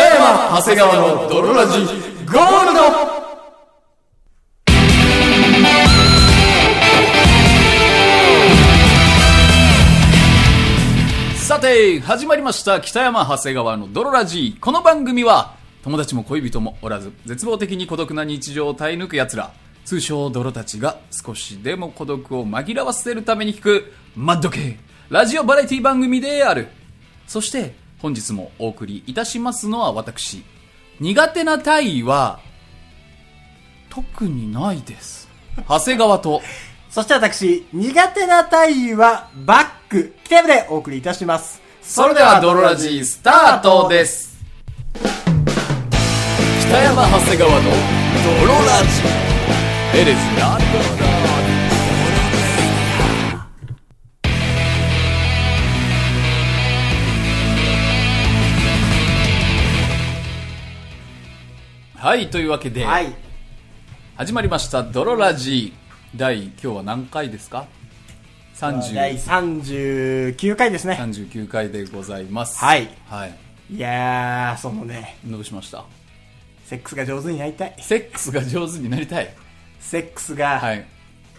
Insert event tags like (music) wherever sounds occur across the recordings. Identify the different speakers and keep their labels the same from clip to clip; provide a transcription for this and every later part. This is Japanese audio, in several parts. Speaker 1: 長谷川の泥ラジゴールドさて始まりました北山長谷川の泥ラジこの番組は友達も恋人もおらず絶望的に孤独な日常を耐え抜く奴ら通称泥たちが少しでも孤独を紛らわせるために聞くマッド系ラジオバラエティ番組であるそして本日もお送りいたしますのは私苦手な体位は特にないです長谷川と
Speaker 2: そして私、苦手な体位はバック、キテムでお送りいたします。
Speaker 1: それではドロラジースタートです北山長谷川のドロラジーエレスラはいというわけで、
Speaker 2: はい。
Speaker 1: 始まりました「ドロラジー」第今日は何回ですか
Speaker 2: 第
Speaker 1: 30
Speaker 2: 39回ですね。
Speaker 1: 39回でございます
Speaker 2: はい、
Speaker 1: はい、
Speaker 2: いやー、そのね、
Speaker 1: どうしました
Speaker 2: セックスが上手になりたい。
Speaker 1: セックスが上手になりたい。
Speaker 2: セックス
Speaker 1: は
Speaker 2: が
Speaker 1: い。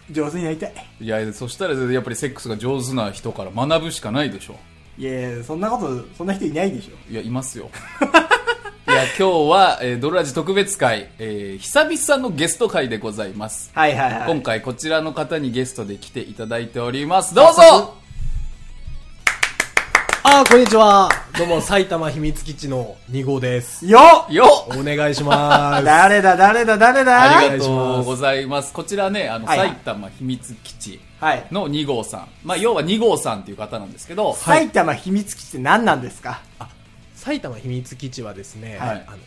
Speaker 2: 上手になりたい。
Speaker 1: いや、そしたらやっぱりセックスが上手な人から学ぶしかないでしょ。
Speaker 2: い、やー、そんなこと、そんな人いないでしょ。
Speaker 1: いや、います
Speaker 2: (laughs)
Speaker 1: よ。いや、今日は、えードルラジ特別会、えー久々のゲスト会でございます。
Speaker 2: はいはいはい。
Speaker 1: 今回こちらの方にゲストで来ていただいております。どうぞ
Speaker 2: 早
Speaker 3: あー、こんにちは。どうも、埼玉秘密基地の2号です。
Speaker 2: よっ
Speaker 1: よっ
Speaker 3: お願いします。
Speaker 2: 誰だ誰だ誰だ
Speaker 1: ありがとうございます。こちらね、あの、
Speaker 2: はいはい
Speaker 1: 埼玉秘密基地
Speaker 2: はい。
Speaker 1: の2号さん。まあ、要は2号さんっていう方なんですけど、
Speaker 2: 埼玉秘密基地って何なんですか
Speaker 3: 埼玉秘密基地はですね、
Speaker 1: はい
Speaker 3: あの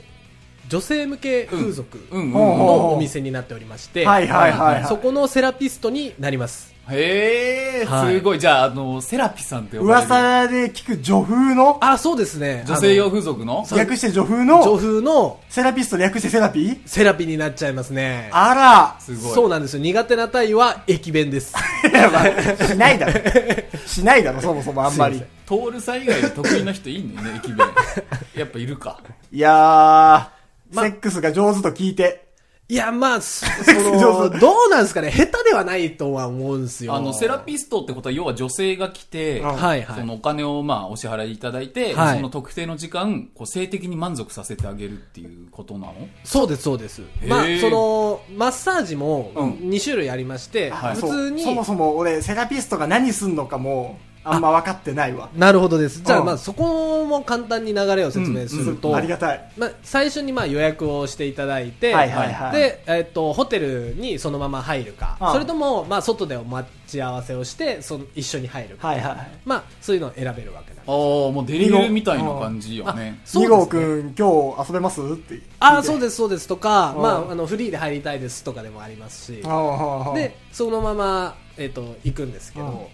Speaker 3: 女性向け風俗
Speaker 1: うんうんうん。
Speaker 2: ほうほう
Speaker 3: の
Speaker 2: ほう
Speaker 3: お店になっておりまして、
Speaker 2: はいはいはいはい
Speaker 3: そこのセラピストになります。
Speaker 1: へえ、
Speaker 3: はい
Speaker 1: すごい。じゃあ、あの、セラピさんって呼ばれる。
Speaker 2: 噂で聞く女風の、
Speaker 3: あ、そうですね。
Speaker 1: 女性用
Speaker 3: あ
Speaker 1: 風俗の
Speaker 2: 略して女風
Speaker 3: の女
Speaker 2: の、
Speaker 3: 風の
Speaker 2: セラピスト略してセラピー
Speaker 3: セラピーになっちゃいますね。
Speaker 2: あら。
Speaker 1: すごい。
Speaker 3: そうなんですよ。苦手な体位は駅
Speaker 1: (laughs)
Speaker 3: 弁です。
Speaker 2: いやまあしないだろ。しないだろ、そもそもあんまり
Speaker 3: すいま。
Speaker 1: トールさん以外で得意な人いんのね、駅弁。 (laughs) やっぱいるか。
Speaker 2: いやー、
Speaker 3: ま
Speaker 2: セックスが上手と聞いて。
Speaker 3: い
Speaker 1: (laughs)
Speaker 3: や、まあ、そ
Speaker 2: 上
Speaker 3: の、
Speaker 2: 手
Speaker 3: どうなんですかね。下手ではないとは思うんですよ。
Speaker 1: あの、セラピストってことは、要は女性が来て、
Speaker 2: うん
Speaker 3: はいはい
Speaker 1: そのお金をまあお支払いいただいて、
Speaker 3: はい
Speaker 1: その特定の時間、こう性的に満足させてあげるっていうことなの
Speaker 3: そうです、そうです。
Speaker 1: へー
Speaker 3: まあ、その、マッサージも
Speaker 1: うん
Speaker 3: 2種類ありまして、
Speaker 1: はい
Speaker 3: 普
Speaker 2: そう
Speaker 3: 通に、
Speaker 2: そもそも俺、セラピストが何すんのかも、あんま分かってないわ。
Speaker 3: なるほどです。じゃ
Speaker 2: う
Speaker 3: あ、
Speaker 2: ん
Speaker 3: まあ、そこも簡単に流れを説明すると、
Speaker 2: ありがたい。
Speaker 3: まあ、最初にまあ予約をしていただいて、
Speaker 2: はいはいはい
Speaker 3: で、えっと、ホテルにそのまま入るか、
Speaker 2: うん
Speaker 3: それとも、まあ、外でお待ち合わせをして、その一緒に入るか、
Speaker 2: はいはい。
Speaker 3: まあ、そういうのを選べるわけな
Speaker 1: あ
Speaker 3: んで
Speaker 1: あ、もうデリヘルみたいな感じよね。
Speaker 3: す。あ
Speaker 2: 二
Speaker 3: ですね
Speaker 2: 号くん、今日遊べますって。
Speaker 3: あ、そう
Speaker 2: す。
Speaker 3: です、そうですとか、
Speaker 2: うん
Speaker 3: まあ、あの、フリーで入りたいですとかでもありますし、
Speaker 2: で
Speaker 3: で、、そのまま、えっと行くんですけ
Speaker 2: うん
Speaker 3: ど、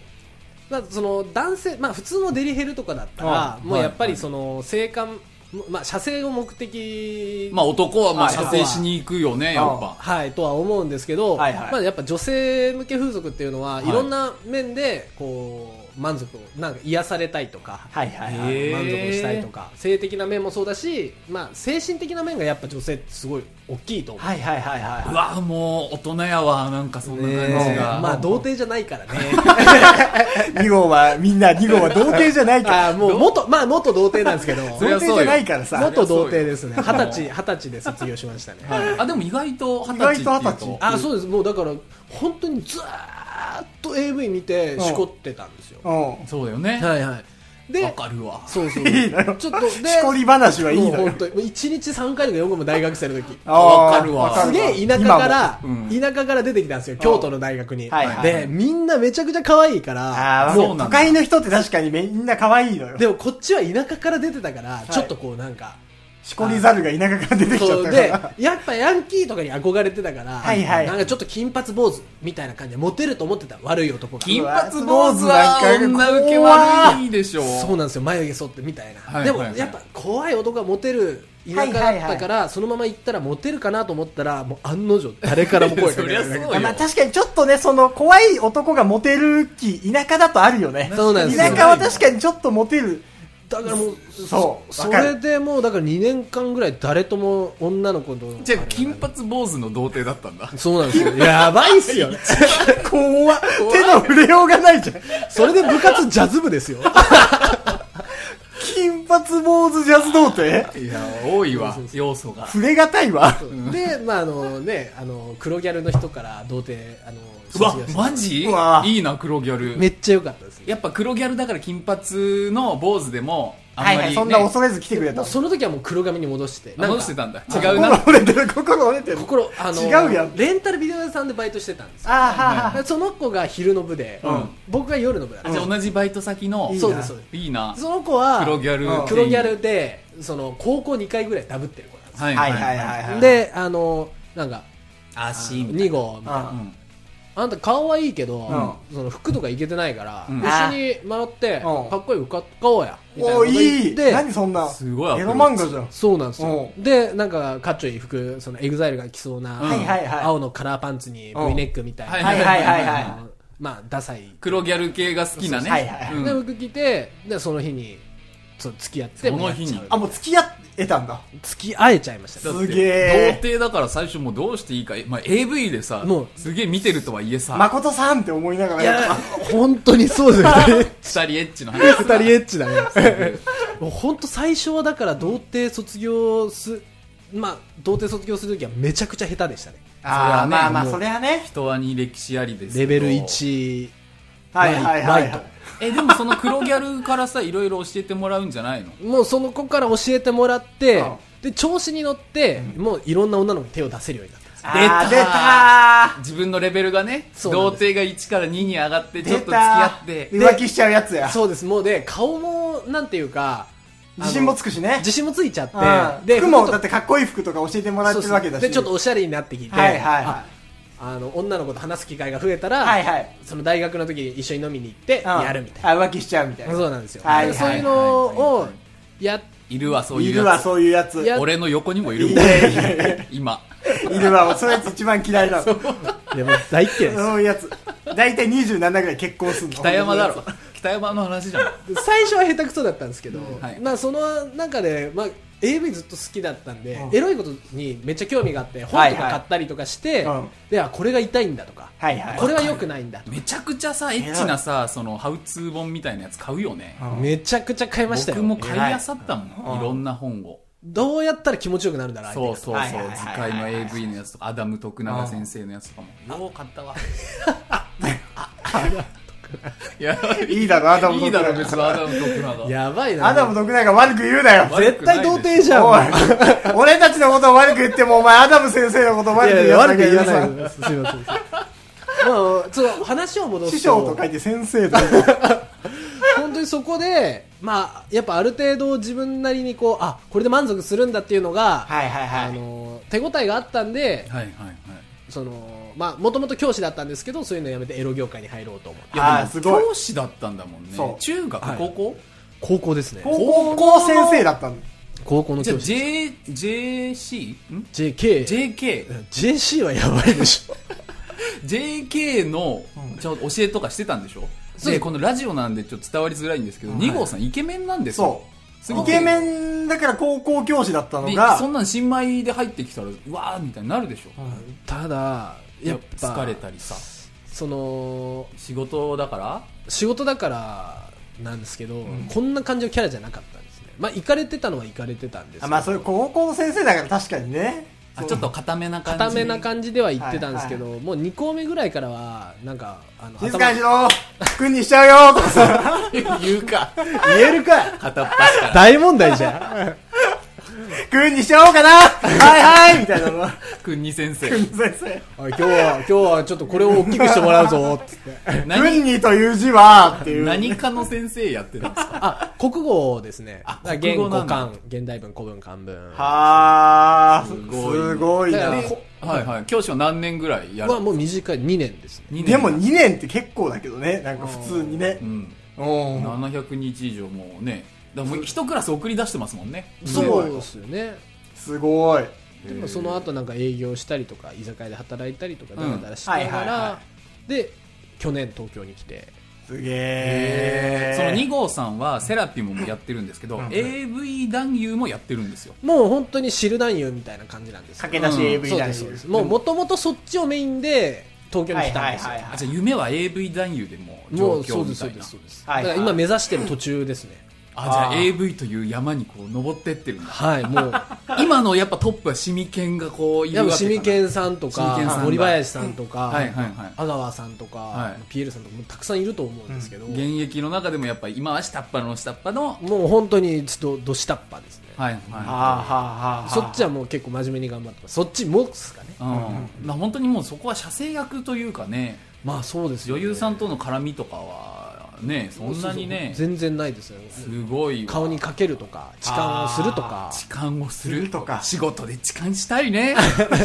Speaker 3: まあ、その男性、まあ、普通のデリヘルとかだったら、
Speaker 1: うん
Speaker 3: もうやっ
Speaker 1: は
Speaker 3: ぱ
Speaker 1: いはい
Speaker 3: りその性感、まあ、射精を目的、
Speaker 1: まあ男はまあ
Speaker 3: はい
Speaker 1: 射精しに行くよね、やっぱ。
Speaker 3: はい、とは思うんですけど、
Speaker 2: はいはい
Speaker 3: まあ、やっぱ女性向け風俗っていうのは、
Speaker 1: はい
Speaker 3: い、ろんな面でこう満足をなんか癒されたいとか。
Speaker 2: はいはい
Speaker 1: へ
Speaker 2: は
Speaker 1: ー
Speaker 2: い。
Speaker 3: 満足をしたいとか性的な面もそうだし、まあ、精神的な面がやっぱ女性ってすごい大きいと思う、
Speaker 2: はいはいはいは
Speaker 1: う
Speaker 2: い。
Speaker 1: わもう大人やわ、なんかそんな感じ
Speaker 3: ね
Speaker 1: が。
Speaker 3: まあ童貞じゃないからね
Speaker 1: (laughs)
Speaker 2: 二号は、みんな二号は童貞じゃないから。
Speaker 3: あー (laughs) もう元、まあ元童貞なんですけど、
Speaker 1: (laughs) そり
Speaker 2: 童
Speaker 1: ゃそうよ
Speaker 2: 貞じゃないからさ。
Speaker 3: 元童貞ですね。
Speaker 1: そりゃそ
Speaker 3: 二
Speaker 1: うよ
Speaker 3: 十歳、二十歳で卒業しました
Speaker 1: (laughs)
Speaker 3: ね。
Speaker 1: はいあ、でも意外と二十歳っていう
Speaker 2: 意外と二十歳
Speaker 3: あ、そうです。もうだから、本当にずーっと AV 見て、しこってたんですよ。
Speaker 2: うん。
Speaker 1: そうだよね。
Speaker 3: はいはい。
Speaker 1: わ
Speaker 3: で、
Speaker 1: かるわ。
Speaker 3: そうそう。
Speaker 2: いいのよ
Speaker 3: ちょっと、で、
Speaker 2: しこり話はいい
Speaker 3: もう
Speaker 2: のよ
Speaker 3: 本。当に、もう一日三回とか4回も大学生の時。
Speaker 2: あー
Speaker 1: わかるわ
Speaker 3: すげえ田舎から、
Speaker 1: 今もうん
Speaker 3: 田舎から出てきたんですよ、京都の大学に。
Speaker 2: はいはい
Speaker 3: で、みんなめちゃくちゃ可愛いから、
Speaker 2: ああ、
Speaker 1: そう
Speaker 2: も
Speaker 1: な
Speaker 2: う
Speaker 1: んだ
Speaker 2: 都会の人って確かにみんな可愛いのよ。
Speaker 3: でもこっちは田舎から出てたから、ちょっとこうなんか、
Speaker 2: しこり猿が田舎から出てきちゃ
Speaker 3: そ
Speaker 2: っ
Speaker 3: う
Speaker 2: た
Speaker 3: で
Speaker 2: から。
Speaker 3: やっぱヤンキーとかに憧れてたから、
Speaker 2: はいはい
Speaker 3: なんかちょっと金髪坊主みたいな感じでモテると思ってた悪い男が
Speaker 1: 金髪坊主は女受け悪いでしょ。
Speaker 3: そうなんですよ眉毛剃ってみたいな、
Speaker 1: はい
Speaker 3: で
Speaker 1: はいは
Speaker 3: も
Speaker 1: い
Speaker 3: やっぱ怖い男がモテる田舎だったから、そのまま行ったらモテるかなと思ったらもう案の定誰からも声かけら
Speaker 1: (laughs)
Speaker 3: れ
Speaker 1: そり
Speaker 3: な
Speaker 1: ゃ
Speaker 3: い
Speaker 1: そうよ
Speaker 2: まあ確かにちょっとね、その怖い男がモテる気、田舎だとあるよね。
Speaker 3: そうなんですよ
Speaker 2: 田舎は確かにちょっとモテる
Speaker 3: だからもう
Speaker 2: そう
Speaker 3: そ
Speaker 2: わかる
Speaker 3: れでもうだから2年間ぐらい誰とも女の子と
Speaker 1: じゃあ金髪坊主の童貞だったんだ
Speaker 3: そうなんですよやばいっ
Speaker 2: (laughs)
Speaker 3: すよ
Speaker 2: 怖っ手の触れようがないじゃん。
Speaker 3: それで部活ジャズ部ですよ
Speaker 2: 金髪坊主ジャズ童貞
Speaker 1: いや多いわ要素が
Speaker 2: 触れがたいわ。
Speaker 3: でまああのねあの黒ギャルの人から童貞あの
Speaker 1: うわ
Speaker 3: 卒業して
Speaker 1: マジ
Speaker 2: うわ
Speaker 1: いいな黒ギャル
Speaker 3: めっちゃ良かったです
Speaker 1: やっぱ黒ギャルだから金髪の坊主でもあんまり、ね
Speaker 2: はいはい、そんな恐れず来てくれた
Speaker 3: もう。その時はもう黒髪に戻して
Speaker 1: あ戻してたんだ違う
Speaker 2: 心
Speaker 1: な
Speaker 2: 折れてる、心折れてる。
Speaker 3: 心あの
Speaker 2: 違うやん
Speaker 3: レンタルビデオ屋さんでバイトしてたんですよ
Speaker 2: あーはーはー
Speaker 3: その子が昼の部で、
Speaker 1: ん
Speaker 3: 僕が夜の部だった
Speaker 1: あじゃあ同じバイト先の
Speaker 2: いいな
Speaker 3: そうですそうです
Speaker 1: いいな
Speaker 3: その子は
Speaker 1: 黒ギャル
Speaker 3: うん黒ギャルでその高校2回ぐらいダブってる子なんですよ
Speaker 1: はい
Speaker 2: はいはいはいはい。、
Speaker 3: であのなんか
Speaker 1: 足みたいな
Speaker 3: 2号みたいな
Speaker 2: うん
Speaker 3: あんた顔はいいけど、その服とかいけてないから、
Speaker 1: うん
Speaker 3: 一緒に回って、
Speaker 2: うん
Speaker 3: かっこよく買おうやみたいなこ
Speaker 2: お
Speaker 3: と
Speaker 2: ーい
Speaker 3: 言
Speaker 2: い
Speaker 3: って
Speaker 2: 何そんな。
Speaker 1: すごいアプ
Speaker 2: エ
Speaker 1: ローチ
Speaker 2: ロ漫画じゃん。
Speaker 3: そうなんですよでなんかかっちょいい服そのエグザイルが着そうな、
Speaker 1: はい
Speaker 2: はいはい
Speaker 3: 青のカラーパンツに
Speaker 2: うん
Speaker 3: V ネックみたいな、
Speaker 1: はい
Speaker 2: はいはいはいは
Speaker 3: あのまあダサい
Speaker 1: 黒ギャル系が好きなね
Speaker 2: そうそうはいはい
Speaker 1: うん
Speaker 3: で僕着てでその日にそう付き合って
Speaker 1: その日に
Speaker 3: もうやっちゃ
Speaker 2: あ、もう付き合えたんだ。
Speaker 3: う付き合えちゃいました
Speaker 1: だ
Speaker 3: ね
Speaker 1: って
Speaker 2: すげえ
Speaker 1: 童貞だから最初もうどうしていいか、まあ、AV でさ
Speaker 3: もう
Speaker 1: すげえ見てるとはいえさ
Speaker 2: 誠さんって思いながら
Speaker 3: いや
Speaker 2: やっ
Speaker 3: 本当にそうですよ (laughs) ね
Speaker 1: 二人エッチの
Speaker 3: 二
Speaker 1: 話
Speaker 3: 人エッチだねもう本当最初はだから童貞卒業すまあ童貞卒業するときはめちゃくちゃ下手でしたね
Speaker 2: ああ、まあまあ、
Speaker 1: そ
Speaker 2: そ
Speaker 1: れ
Speaker 2: れはね。
Speaker 1: 人はに歴史ありですけ
Speaker 3: レ
Speaker 1: ど
Speaker 3: ベル1
Speaker 2: はいはいはいは
Speaker 3: ライ
Speaker 1: えでもその黒ギャルからさいろいろ教えてもらうんじゃないの
Speaker 3: もうその子から教えてもらって
Speaker 2: うん
Speaker 3: で調子に乗ってもういろんな女の子に手を出せるようになったんです
Speaker 2: い。あー
Speaker 1: 出
Speaker 2: 出
Speaker 1: た
Speaker 2: た
Speaker 1: 自分のレベルがね
Speaker 3: そうな
Speaker 1: 童
Speaker 3: んです
Speaker 1: 貞が1から2に上がって
Speaker 2: ー
Speaker 1: ちょっと付き
Speaker 2: 出た
Speaker 1: 合って
Speaker 2: ー浮気しちゃうやつや。
Speaker 3: そうですもうで顔もなんていうかあの
Speaker 2: 自信もつくしね。
Speaker 3: 自信もついちゃって、
Speaker 2: うん
Speaker 3: で
Speaker 2: 服も
Speaker 3: 服と
Speaker 2: だってかっこいい服とか教えてもらってるわけだし。
Speaker 3: そうそうでちょっとおしゃれになってきて、
Speaker 2: はいはいは
Speaker 3: ああの女の子と話す機会が増えたら、
Speaker 2: はいはい
Speaker 3: その大学の時に一緒に飲みに行って
Speaker 2: い。うん
Speaker 3: やるみたい
Speaker 2: あ、浮気しちゃうみたい
Speaker 3: な、
Speaker 2: な。
Speaker 3: そうなんですよ、
Speaker 2: はいはい
Speaker 3: そういうのをやっ
Speaker 1: いるわそう
Speaker 2: い
Speaker 1: いう
Speaker 2: るわ、
Speaker 1: やつ
Speaker 2: そういうやつ。い
Speaker 3: や
Speaker 1: 俺の横にもいる
Speaker 2: い
Speaker 1: もん
Speaker 2: やいやいや
Speaker 1: 今
Speaker 2: いるわ、そういうやつ一番嫌いなの。
Speaker 3: いやもう大嫌いです
Speaker 2: そういうやつ。大体27ぐらい結婚するの。
Speaker 1: 北山だろ北山の話じゃん
Speaker 3: 最初は下手くそだったんですけど、
Speaker 1: はい
Speaker 3: まあその中で、まあ、AV ずっと好きだったんで、
Speaker 2: うん
Speaker 3: エロいことにめっちゃ興味があって本とか買ったりとかし
Speaker 2: は
Speaker 3: て、
Speaker 2: いはいうん
Speaker 3: であこれが痛いんだとか、
Speaker 2: はいはい。
Speaker 3: これは良くないんだとか
Speaker 1: めちゃくちゃさエッチなさそのハウツー本みたいなやつ買うよね
Speaker 2: うん
Speaker 3: めちゃくちゃ買いましたよ
Speaker 1: 僕も買いあさったも
Speaker 2: 偉
Speaker 1: ん
Speaker 2: い
Speaker 1: いろんな本を
Speaker 3: どうやったら気持ちよくなるんだろう
Speaker 1: そうそうそう
Speaker 2: はいはいはい
Speaker 1: 図解の AV のやつとかアダム徳永先生のやつとかもよう買ったわいや
Speaker 2: いいだろ、アダム
Speaker 1: いい
Speaker 2: 徳
Speaker 1: だろ
Speaker 2: 永。
Speaker 1: 別にアダム徳永
Speaker 3: やばいな
Speaker 2: アダム徳永悪く言うなよ。
Speaker 1: 悪く
Speaker 3: 絶
Speaker 1: ないです
Speaker 3: 対童貞じゃん
Speaker 2: おい、俺たちのことを悪く言っても、お前、アダム先生のことを悪く言うやつだけど
Speaker 3: わないです。すみません。まあ、その話を戻
Speaker 2: 師
Speaker 3: す
Speaker 2: 匠と
Speaker 3: と
Speaker 2: 書、いて先生と書いて。
Speaker 3: 本当にそこで、まあ、やっぱある程度自分なりにこう、あ、これで満足するんだっていうのが、
Speaker 2: いはい
Speaker 3: あ。の、手応えがあったんで、
Speaker 1: はいはいはい
Speaker 3: その、まあ、もともと教師だったんですけど、そういうのやめてエロ業界に入ろうと思って。
Speaker 1: いやで
Speaker 2: あー
Speaker 1: も
Speaker 2: すごい
Speaker 1: 教師だったんだもんね
Speaker 2: そう
Speaker 1: 中学
Speaker 3: はい
Speaker 1: 高校
Speaker 3: 高校ですね。
Speaker 2: 高校先生だったんだ。
Speaker 3: 高校の
Speaker 1: じゃあ
Speaker 3: 教師。
Speaker 1: J JC ん
Speaker 3: JK。
Speaker 1: JK
Speaker 3: JC はやばいでしょ。
Speaker 1: JK のちょ教えとかしてたんでしょ
Speaker 3: そう
Speaker 1: でこのラジオなんでちょっと伝わりづらいんですけど2号さんイケメンなんですよ
Speaker 2: そ
Speaker 1: す
Speaker 2: う。
Speaker 1: ご
Speaker 2: イ
Speaker 1: く
Speaker 2: ケメンだから高校教師だったの
Speaker 1: で
Speaker 2: が
Speaker 1: そ、んなん新米で入ってきたらうわーみたいになるでしょ
Speaker 3: ただ、やっぱ、
Speaker 1: 疲れたりさ
Speaker 3: その、
Speaker 1: 仕事だから
Speaker 3: 仕事だからなんですけど、こんな感じのキャラじゃなかったんですねまあ行かれてたのは行かれてたんですけど
Speaker 2: あまあ、そういう高校先生だから確かにね。
Speaker 1: あちょっと固めな感じ
Speaker 3: 固めな感じでは行ってたんですけど、もう2校目ぐらいからはなんかあの
Speaker 2: 静かにしろ君にしちゃうよとかさ、
Speaker 1: じ言うか
Speaker 2: 言えるかい
Speaker 1: 片っ端から
Speaker 3: 大問題じゃん
Speaker 2: 君にしちゃおうかなはいはいみたいなの。
Speaker 1: 君に先生
Speaker 2: 君先生。
Speaker 3: (laughs) おい今日は今日はちょっとこれを大きくしてもらうぞっつって
Speaker 1: 何
Speaker 2: 君にという字は、っていう。
Speaker 1: 何かの先生やってたんですか
Speaker 3: あ国語ですね
Speaker 1: あ
Speaker 3: だから
Speaker 1: 国
Speaker 3: 言
Speaker 1: 語
Speaker 3: 語
Speaker 1: なんだ
Speaker 3: 漢現代文古文漢文
Speaker 2: はあ、す
Speaker 1: ごい
Speaker 2: ごい
Speaker 3: だか
Speaker 2: な
Speaker 3: ら。こ
Speaker 1: はいはい教師は何年ぐらいやる
Speaker 3: はもう短い2年ですね
Speaker 1: 二年
Speaker 2: でも2年って結構だけどね、なんか普通にね
Speaker 1: う。ん
Speaker 2: うん
Speaker 1: 700日以上もうねだからもう一クラス送り出してますもんね
Speaker 2: す
Speaker 3: そ
Speaker 2: ご
Speaker 3: う
Speaker 2: い
Speaker 3: ですよね
Speaker 2: すごい。
Speaker 3: でもその後なんか営業したりとか居酒屋で働いたりとかだらだらしな
Speaker 2: うんは
Speaker 3: が
Speaker 2: いはい
Speaker 3: ら
Speaker 2: は
Speaker 3: で去年東京に来て
Speaker 2: すげえ。
Speaker 1: その2号さんはセラピーもやってるんですけど、
Speaker 2: ん
Speaker 1: AV 男優もやってるんですよ
Speaker 3: もう本当に知る男優みたいな感じなんですよ
Speaker 2: 駆け出し AV
Speaker 3: そう
Speaker 2: 男
Speaker 3: で
Speaker 2: 優
Speaker 3: すそうですもうもともとそっちをメインで東京に来たんですよ、
Speaker 2: はいはいはい
Speaker 1: あじゃあ夢は AV 男優でもう
Speaker 3: も
Speaker 1: 状
Speaker 3: うそ
Speaker 1: 況
Speaker 3: うで
Speaker 1: み
Speaker 3: す
Speaker 1: た
Speaker 3: そう
Speaker 1: い
Speaker 3: で
Speaker 1: な
Speaker 3: すそうです、
Speaker 2: はいはい
Speaker 3: だから今目指してる途中ですね
Speaker 1: あじゃ
Speaker 2: あ
Speaker 1: あ
Speaker 2: ー
Speaker 1: AV という山にこう登ってってるんだ
Speaker 3: はいもう
Speaker 1: 今のやっぱトップはシミケンがこうい
Speaker 3: (laughs) やっ
Speaker 1: る
Speaker 3: ぱ
Speaker 1: わけ
Speaker 3: シミ
Speaker 1: か
Speaker 3: ケンさんと
Speaker 1: シミケンさん
Speaker 3: か
Speaker 1: が
Speaker 3: 森林さんとか、
Speaker 1: はいはいはい
Speaker 3: 阿川さんとか、
Speaker 1: はい
Speaker 3: ピエールさんとかもたくさんいると思うんですけど、
Speaker 1: な現役の中でもやっぱ今は下っ端の下っ端の
Speaker 3: もう本当にちょっとど下っ端ですね、
Speaker 1: はい
Speaker 2: あー
Speaker 1: は
Speaker 2: はあはあはあ。
Speaker 3: そっちはもう結構真面目に頑張ってますそっちもっすかね
Speaker 1: い、うんまあ、本当にもうそこは写生役というかね
Speaker 3: まあそうですよ
Speaker 1: 女
Speaker 3: ね
Speaker 1: 優さんとの絡みとかはねそんなにね
Speaker 3: そうそう全然ないですよ
Speaker 1: すごいわ
Speaker 3: 顔にかけるとか痴漢をする
Speaker 1: (laughs)
Speaker 3: とか
Speaker 1: 痴漢をす
Speaker 2: す
Speaker 1: る
Speaker 2: るとか
Speaker 1: 仕事で痴漢したい (laughs) ね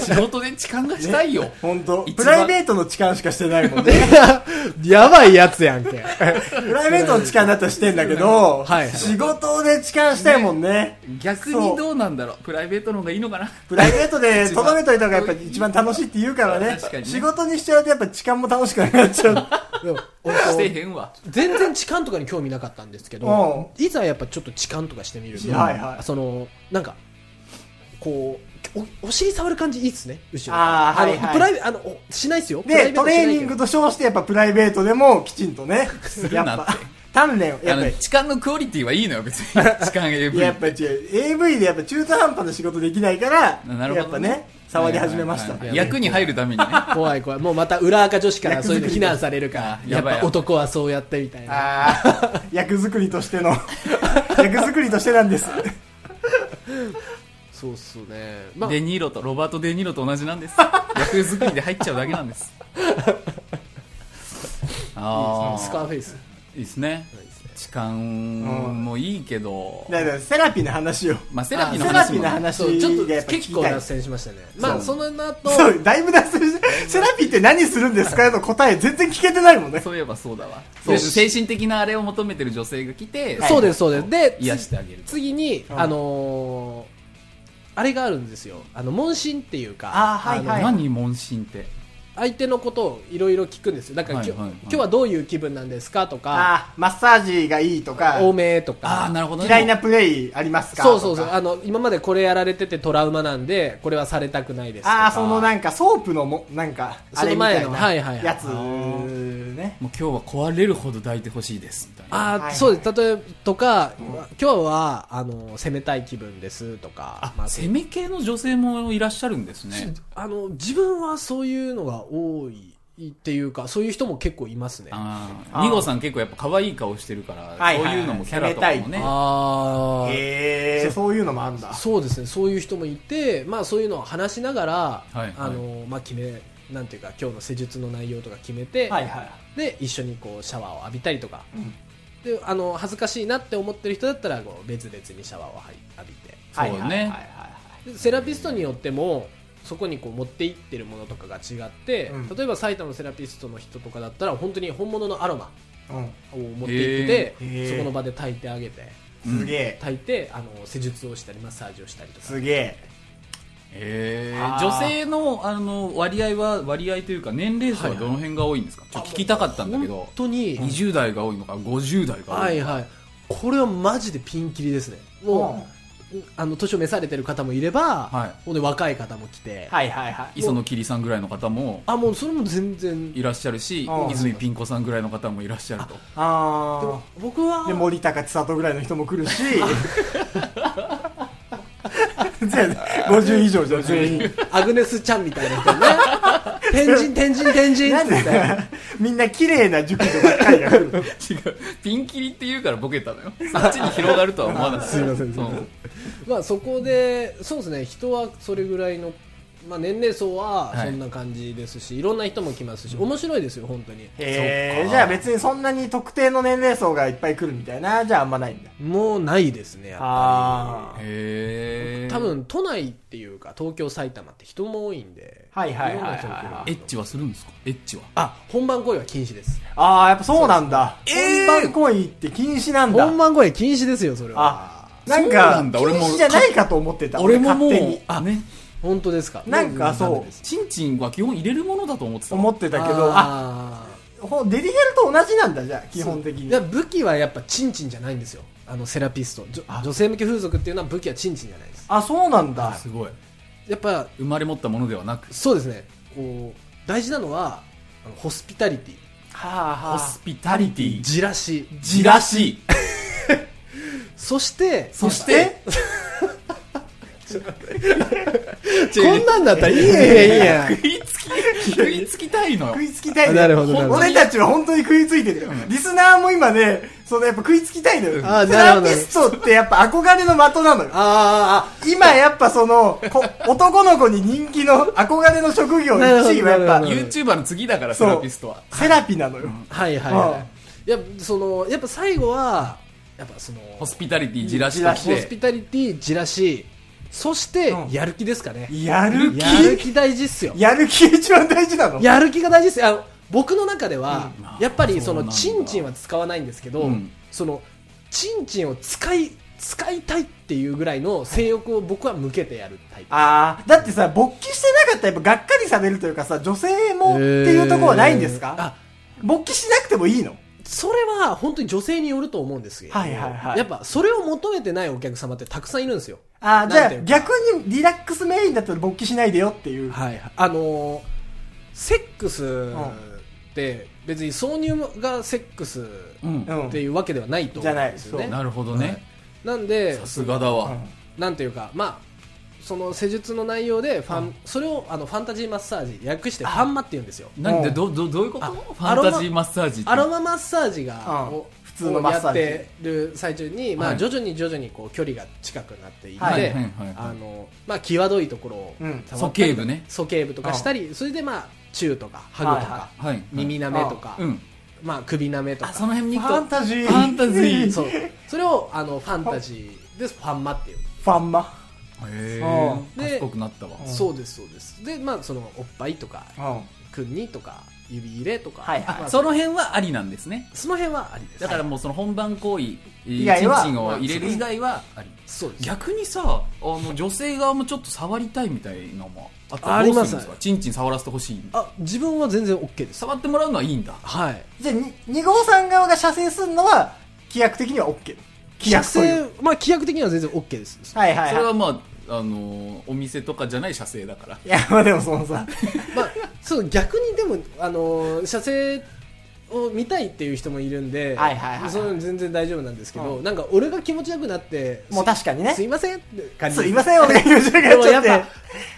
Speaker 1: 仕事で痴漢がしたいよ、
Speaker 2: 本当
Speaker 1: 一番
Speaker 2: プライベートの痴漢しかしてないもんね。
Speaker 3: やばいやつ (laughs) やんけ
Speaker 2: プライベートの痴漢だったらしてんだけど、
Speaker 3: はい
Speaker 2: 仕事で痴漢したいもんね。
Speaker 1: 逆にどうなんだろうプライベートの方がいいのかな
Speaker 2: プライベートでとどめといた方がやっぱり一番楽しいって言うからね。
Speaker 1: 確かにね
Speaker 2: 仕事にしちゃうとやっぱ痴漢も楽しくなくなっちゃう。
Speaker 3: でも
Speaker 1: (laughs) してへんわ
Speaker 3: 全然痴漢とかに興味なかったんですけどいざやっぱちょっと痴漢とかしてみると、
Speaker 2: はいはい
Speaker 3: そのなんかこうおお尻触る感じいいっすね後ろ
Speaker 2: あー
Speaker 3: の
Speaker 2: はいはい
Speaker 3: プライベあのおしないっすよプラ
Speaker 2: で、
Speaker 3: イベー
Speaker 2: ト
Speaker 3: トしな
Speaker 2: レ
Speaker 3: い
Speaker 2: ー
Speaker 3: けど
Speaker 2: ニングと称してやっぱプライベートでもきちんとね。
Speaker 1: る
Speaker 2: や
Speaker 1: な
Speaker 2: っ
Speaker 1: っ
Speaker 2: ぱ、鍛錬を、
Speaker 1: あ
Speaker 2: やっぱ
Speaker 1: の
Speaker 2: り。
Speaker 1: 痴漢のクオリティはいいのよ別 (laughs) に痴漢 AV
Speaker 2: やっぱ違う。AV でやっぱ中途半端な仕事できないから、
Speaker 1: なるほどね
Speaker 2: やっぱね、触り始めました。
Speaker 1: はいはいはい役に入るためにね
Speaker 3: 怖い怖いもうまた裏垢女子からそういうの非難されるから
Speaker 1: あ
Speaker 3: や
Speaker 1: や
Speaker 3: っ
Speaker 1: ばい
Speaker 3: ぱ男はそうやってみたいな
Speaker 2: ああ、役作りとしての、 (laughs) 役作りとしてなんです。
Speaker 3: そうっすねまあ
Speaker 1: デニーロとロバート・デ・ニーロと同じなんです (laughs) 役作りで入っちゃうだけなんです (laughs) あ
Speaker 3: スカ
Speaker 1: あ
Speaker 3: ーフェイス
Speaker 1: いいですね痴漢もいいけど、
Speaker 2: だからセラピーの話を。
Speaker 1: まあ、セラピーの
Speaker 2: セラ
Speaker 1: 話
Speaker 2: ピー
Speaker 1: も
Speaker 2: の
Speaker 1: ね
Speaker 2: 話
Speaker 3: そうちょっと
Speaker 2: がやっぱ聞
Speaker 3: 結
Speaker 2: き
Speaker 3: 構
Speaker 2: たい
Speaker 3: 脱線しましたねまあその後
Speaker 2: そう、だいぶ脱線して、セラピーって何するんですかと答え全然聞けてないもんね。
Speaker 1: そういえばそうだわ
Speaker 2: そう
Speaker 1: で精神的なあれを求めてる女性が来て、
Speaker 3: そうですそうですで
Speaker 1: 癒してあげると
Speaker 3: 次に、
Speaker 2: うん
Speaker 3: あのーあれがあるんですよあの問診っていうか
Speaker 2: あーはい
Speaker 3: の
Speaker 2: はい
Speaker 1: 何問診って
Speaker 3: 相手のことをいろいろ聞くんですよだから、
Speaker 1: はい
Speaker 3: きょ
Speaker 1: はいはい
Speaker 3: 今日はどういう気分なんですかとか
Speaker 2: ああ、マッサージがいいとか、
Speaker 3: 多めとか
Speaker 1: ああなるほどね
Speaker 2: 嫌いなプレイありますか
Speaker 3: そうそうそう
Speaker 2: とか
Speaker 3: あの今までこれやられててトラウマなんでこれはされたくないですとか
Speaker 2: ああ、そのなんか、ソープのも、なんか、あれみたい
Speaker 3: その前の
Speaker 2: な
Speaker 3: はいはいはい
Speaker 2: やつ
Speaker 3: あ、
Speaker 2: ね。
Speaker 1: もう今日は壊れるほど抱いてほしいですみたいな
Speaker 3: あ
Speaker 2: は
Speaker 3: ー
Speaker 2: いはい
Speaker 3: そうです例えばとか、今日はあの攻めたい気分ですとか
Speaker 1: あ、
Speaker 3: まあ
Speaker 1: 攻め系の女性もいらっしゃるんですね
Speaker 3: あの自分はそういうのが多いっていうかそういう人も結構いますね
Speaker 1: あ
Speaker 2: あ
Speaker 1: あ2号さん結構やっぱ可愛い顔してるから、
Speaker 2: はいは
Speaker 1: そ
Speaker 2: い
Speaker 1: ういうのもキャラとかもね
Speaker 3: あー
Speaker 2: へえ、そういうのもあんだ。
Speaker 3: そうですねそういう人もいて、まあ、そういうのを話しながら、
Speaker 1: いはい
Speaker 3: あのまあ、決めなんていうか今日の施術の内容とか決めて、
Speaker 2: はいはい。
Speaker 3: で一緒にこうシャワーを浴びたりとか、であの恥ずかしいなって思ってる人だったらこう別々にシャワーをはい浴びて
Speaker 1: そうね
Speaker 2: はいはいはいはい
Speaker 3: でセラピストによってもそこにこう持っていってるものとかが違って、
Speaker 2: うん
Speaker 3: 例えば埼玉のセラピストの人とかだったら本当に本物のアロマ
Speaker 2: はい
Speaker 3: を持って行って
Speaker 2: へーへー
Speaker 3: そこの場で炊いてあげて
Speaker 2: うん。すげえ。
Speaker 3: 炊いてあの施術をしたりマッサージをしたりとか
Speaker 2: すげえ。
Speaker 1: えー
Speaker 2: あー
Speaker 1: 女性のあの割合は割合というか年齢層はどの辺が多いんですか、ちょっと聞きたかったんだけど
Speaker 3: 本当に、
Speaker 1: 20代が多いのか50代が多いのか、
Speaker 3: はいはいこれはマジでピンキリですねもう、あの年を召されてる方もいれば、
Speaker 1: はい
Speaker 3: ほんで若い方も来て、
Speaker 2: はいはいはい。
Speaker 1: 磯野桐さんぐらいの方も
Speaker 3: あもうそれも全然で
Speaker 1: いらっしゃるし
Speaker 2: うん
Speaker 1: 泉ピン子さんぐらいの方もいらっしゃると
Speaker 2: あ
Speaker 3: も
Speaker 2: あ。
Speaker 3: 僕は
Speaker 2: で、森高千里ぐらいの人も来
Speaker 3: (laughs)
Speaker 2: るし、 (laughs) 全然50以上じゃん、全員。
Speaker 3: アグネスちゃんみたいな人ね天神天神天神
Speaker 2: なんで
Speaker 3: みたいな
Speaker 2: みんな綺麗な熟女ばっかりが
Speaker 3: (laughs)
Speaker 2: 来る
Speaker 1: (laughs)
Speaker 2: の
Speaker 1: 違うピンキリって言うからボケたのよそっちに広がるとは思わなかった
Speaker 3: すいません
Speaker 1: うん
Speaker 3: まあそこでそうですね人はそれぐらいの、まあ、年齢層は
Speaker 1: はい
Speaker 3: そんな感じですし、い、ろんな人も来ますし面白いですよ本当に
Speaker 2: へ
Speaker 1: そ
Speaker 2: え
Speaker 1: うか
Speaker 2: じゃあ別にそんなに特定の年齢層がいっぱい来るみたいなじゃああんまないんだ
Speaker 3: もうないですねやっぱ
Speaker 2: あ
Speaker 1: へ
Speaker 3: り
Speaker 1: ー
Speaker 3: 多分都内っていうか東京埼玉って人も多いんで
Speaker 2: はいはいはい
Speaker 3: ろん
Speaker 2: はい
Speaker 3: な人が来る
Speaker 1: エッチはするんですかエッチは
Speaker 3: あ本番声は禁止です
Speaker 2: ああやっぱそうなんだ
Speaker 1: そうです
Speaker 2: 本番行為って禁止なんだ
Speaker 3: (laughs) 本番声禁止ですよそれは
Speaker 2: あなん
Speaker 1: そうな
Speaker 2: か
Speaker 1: んだ
Speaker 2: 禁
Speaker 1: 俺も
Speaker 2: 止じゃないかと思ってた
Speaker 1: 俺ももう
Speaker 2: 勝手に
Speaker 1: あね
Speaker 3: 本当ですか
Speaker 2: なんか
Speaker 3: も
Speaker 2: そう
Speaker 3: ダメです
Speaker 1: チンチンは基本入れるものだと思ってたわ
Speaker 2: 思ってたけどあ
Speaker 3: あー
Speaker 2: ほデリヘルと同じなんだ、じゃあ、基本的に。
Speaker 3: だから武器はやっぱチンチンじゃないんですよあのセラピストじょ女性向け風俗っていうのは武器はチンチンじゃないです
Speaker 2: あ、そうなんだ。
Speaker 1: すごい
Speaker 3: やっぱ
Speaker 1: 生まれ持ったものではなく
Speaker 3: そうですねこう大事なのはあのホスピタリティ
Speaker 2: は
Speaker 1: ホ
Speaker 2: あ
Speaker 1: スピタリティ
Speaker 3: じらし
Speaker 1: じらし
Speaker 3: そして
Speaker 1: そして
Speaker 3: こんなんだったらいい
Speaker 2: いやいやい
Speaker 3: ね
Speaker 1: (laughs)
Speaker 2: や。
Speaker 1: 食いつき食いつきたいのよ
Speaker 2: 食いつきたいのよ
Speaker 3: なるほどなるほど
Speaker 2: 俺たちは本当に食いついてるよ。リスナーも今ね、そのやっぱ食いつきたいのよ。
Speaker 3: あー
Speaker 2: セ
Speaker 3: なる
Speaker 2: ラ
Speaker 3: ほど
Speaker 2: ピストってやっぱ憧れの的なのよ。
Speaker 3: あー
Speaker 2: 今やっぱその、こ男の子に人気の憧れの職業
Speaker 3: なるほど
Speaker 2: 1位はや
Speaker 3: な
Speaker 2: っ
Speaker 3: るほど
Speaker 2: ぱ、
Speaker 1: YouTuber の次だからセ
Speaker 2: そう
Speaker 1: ラピストは
Speaker 2: セラピなのよ。
Speaker 3: あーあはいはいはいいやそのやっぱ最後はやっぱその
Speaker 1: ホスピタリティじらしと
Speaker 2: タリ
Speaker 1: し
Speaker 2: ティ
Speaker 3: ホス
Speaker 1: て
Speaker 3: ピタリティじらしそして
Speaker 2: うん
Speaker 3: やる気ですかね
Speaker 2: やる気
Speaker 3: やる気大事っすよ
Speaker 2: やる気一番大事なの
Speaker 3: やる気が大事ですよあの僕の中では、
Speaker 1: うん
Speaker 3: やっぱりそ
Speaker 1: そうな
Speaker 3: の
Speaker 1: んだ
Speaker 3: チンチンは使わないんですけど、
Speaker 1: うん
Speaker 3: そのチンチンを使い使いたいっていうぐらいの性欲を僕は向けてやるタイプ
Speaker 2: ああ、だってさ、勃起してなかったらやっぱがっかりされるというかさ、女性もっていうところはないんです
Speaker 3: えー
Speaker 2: か
Speaker 3: あ
Speaker 2: 勃起しなくてもいいの
Speaker 3: それは本当に女性によると思うんですけど、
Speaker 2: はいはいはい
Speaker 3: やっぱそれを求めてないお客様ってたくさんいるんですよ
Speaker 2: ああ、じゃあ
Speaker 3: なんていうか
Speaker 2: 逆にリラックスメインだったら勃起しないでよっていう。
Speaker 3: はいはい、あのーセックス
Speaker 2: ん
Speaker 3: って別に挿入がセックス
Speaker 1: う
Speaker 2: うんん。
Speaker 3: っていうわけではないと
Speaker 2: じ
Speaker 3: 思う
Speaker 2: ゃ
Speaker 3: ん
Speaker 2: ない
Speaker 3: ですよ
Speaker 2: そ
Speaker 3: ね
Speaker 2: う
Speaker 1: なるほど
Speaker 3: はい
Speaker 1: ね
Speaker 3: なんで
Speaker 1: さすがだわ
Speaker 3: なんていうか、まあ、その施術の内容でファン、
Speaker 2: うん
Speaker 3: それをあのファンタジーマッサージ略してファンマって言うんですよ
Speaker 1: なんで
Speaker 2: うん
Speaker 1: どどどういうこと
Speaker 3: あ
Speaker 1: ファンタジーマッサージって
Speaker 3: アロママッサージが、
Speaker 2: うん
Speaker 3: を
Speaker 2: 普通のマッサージ
Speaker 3: をやってる最中に、ま
Speaker 1: は
Speaker 3: あ、
Speaker 1: い
Speaker 3: 徐々に徐々にこう距離が近くなっていって、
Speaker 2: はいはい
Speaker 1: はいはい
Speaker 3: あのまあ、際どいところを
Speaker 2: うん
Speaker 1: 鼠
Speaker 3: 触ったり
Speaker 1: 径部ね
Speaker 3: 鼠径部とかしたり、それで、まあ、チューとかハグとか、
Speaker 2: はいは
Speaker 1: はい
Speaker 3: 耳なめとか、
Speaker 1: うん
Speaker 3: まあ、首なめと
Speaker 1: あ
Speaker 3: か
Speaker 1: その辺に
Speaker 2: フ
Speaker 1: 行
Speaker 2: ァン
Speaker 1: くと
Speaker 2: タジー。
Speaker 1: ファンタジー
Speaker 3: (laughs) そうそれをあのファンタジーでファンマっていう。
Speaker 2: ファンマ。
Speaker 1: へ
Speaker 2: う
Speaker 1: え
Speaker 3: で
Speaker 1: 賢くなったわ
Speaker 2: うん
Speaker 3: そうですそうですでまあそのおっぱいとか
Speaker 2: うん。
Speaker 3: くんにとか指入れとか、
Speaker 2: はいはい
Speaker 3: まあ
Speaker 1: その辺はありなんですね
Speaker 3: その辺はありです
Speaker 1: だからもうその本番行為チン
Speaker 2: 以外は
Speaker 1: チンを入れる以外はあり
Speaker 3: そうです
Speaker 1: 逆にさあの女性側もちょっと触りたいみたいなのもあった
Speaker 3: あ
Speaker 1: ら
Speaker 3: り
Speaker 1: どうするんで
Speaker 3: ま
Speaker 1: すすかチンチン触らせてほしい
Speaker 3: あ自分は全然 OK です
Speaker 1: 触ってもらうのはいいんだ
Speaker 3: はい
Speaker 2: じゃあ、に二号さん側が射精するのは、規約的には OK。規約という。
Speaker 3: 規約まあ規約的には全然 OK です
Speaker 2: はいはい
Speaker 1: それ
Speaker 2: は
Speaker 1: はまああのお店とかじゃない射精だから
Speaker 2: い。いや、まあでもそのさ、
Speaker 3: まあそう逆にでもあのー射精を見たいっていう人もいるんで、
Speaker 2: はいはいはいはい
Speaker 3: そういうの全然大丈夫なんですけど、
Speaker 2: う
Speaker 3: なんか俺が気持ちよくなって
Speaker 2: もう確かにね
Speaker 3: す。いませんって感じ
Speaker 2: すいません、お願いします。
Speaker 3: でもやっぱ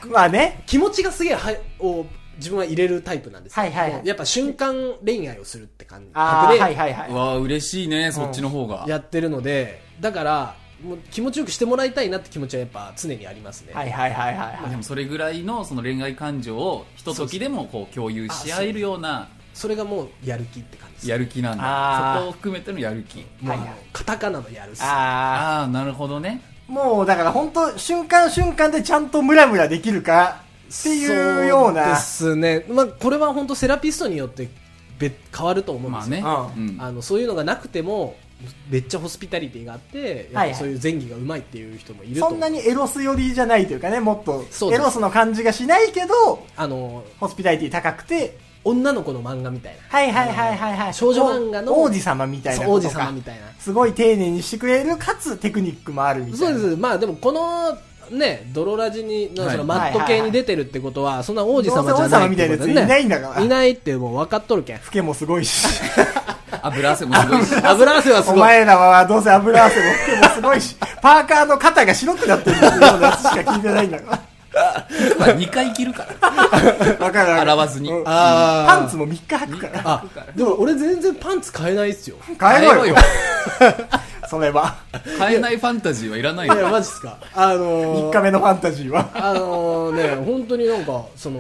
Speaker 2: まあね。
Speaker 3: 気持ちがすげえはを自分は入れるタイプなんですよ
Speaker 2: はいはいはい
Speaker 3: やっぱ瞬間恋愛をするって感
Speaker 2: あ
Speaker 3: 覚
Speaker 2: あ、
Speaker 3: で
Speaker 2: はいはいは
Speaker 1: う
Speaker 2: い。
Speaker 1: わあ嬉しいねそっちの方が
Speaker 3: やってるのでだからもう気持ちよくしてもらいたいなって気持ちはやっぱ常にありますね、
Speaker 2: はいはいはいはい
Speaker 1: まあ
Speaker 2: は
Speaker 1: で
Speaker 2: い。
Speaker 1: もそれぐらいのその恋愛感情をひとときでもこう共有し合えるような
Speaker 3: それがもうやる気って感じです
Speaker 1: やる気なん
Speaker 2: あ
Speaker 1: だ
Speaker 2: ー
Speaker 1: そこを含めてのやる気
Speaker 3: もうあの
Speaker 2: はいはい
Speaker 3: カタカナのやるっす
Speaker 2: ああ。
Speaker 1: ああなるほどね
Speaker 2: もうだから本当瞬間瞬間でちゃんとムラムラできるかっていうよう
Speaker 3: そ
Speaker 2: な。
Speaker 3: ですね、まあ、これは本当セラピストによって別変わると思うんで
Speaker 1: ますあ
Speaker 3: よ、
Speaker 1: ね
Speaker 2: う
Speaker 1: うん
Speaker 3: あのそういうのがなくてもめっちゃホスピタリティがあって
Speaker 2: は
Speaker 3: や
Speaker 2: い
Speaker 3: っ
Speaker 2: はい
Speaker 3: ぱそういう前儀がうまいっていう人もいると
Speaker 2: そ
Speaker 3: 思うん
Speaker 2: なにエロス寄りじゃないというかね、もっと
Speaker 3: そうで
Speaker 2: エ
Speaker 3: す
Speaker 2: ロスの感じがしないけど、
Speaker 3: あの
Speaker 2: ホスピタリティ高くて、
Speaker 3: 女の子の漫画みたいな
Speaker 2: はいはいはいはいはい。
Speaker 3: 少女漫画の
Speaker 2: 王王子様みたいな
Speaker 3: そう
Speaker 2: こ
Speaker 3: 王
Speaker 2: と
Speaker 3: 子
Speaker 2: か
Speaker 3: 様みたいな
Speaker 2: すごい丁寧にしてくれる、かつテクニックもあるみた
Speaker 3: そ
Speaker 2: いうな。
Speaker 3: ですまあでもこのね泥ラジにの
Speaker 1: はい
Speaker 3: そのマット系に出てるってことはそんな王子様じゃ
Speaker 2: どうせ王子様
Speaker 3: ない
Speaker 2: みたいなやつ
Speaker 3: ってこと
Speaker 2: いないんだから
Speaker 3: いないってもう分かっとるけん
Speaker 2: フケもすごいし。
Speaker 1: 油汗もすごいし
Speaker 3: (laughs) 油汗はす
Speaker 2: (laughs) お
Speaker 3: ごい
Speaker 2: 前らはどうせ油汗もフケもすごい (laughs) し、パーカーの肩が白くなってるようなやつしか聞いてないんだか
Speaker 1: まあ2回着るから
Speaker 2: ら。 (laughs) わかるわかる
Speaker 1: 洗わずに
Speaker 2: うん
Speaker 3: あー
Speaker 2: パンツも3日履くから。
Speaker 3: あでも俺全然パンツ買えないっすよ
Speaker 2: 帰ろうよ
Speaker 1: 帰。
Speaker 2: それは。
Speaker 1: 買えないファンタジーはいらない
Speaker 3: い
Speaker 1: よ
Speaker 3: やマジっすかあ
Speaker 2: 3
Speaker 3: の
Speaker 2: 日
Speaker 3: ー、
Speaker 2: 目のファンタジーは。
Speaker 3: あのーね本当になんかその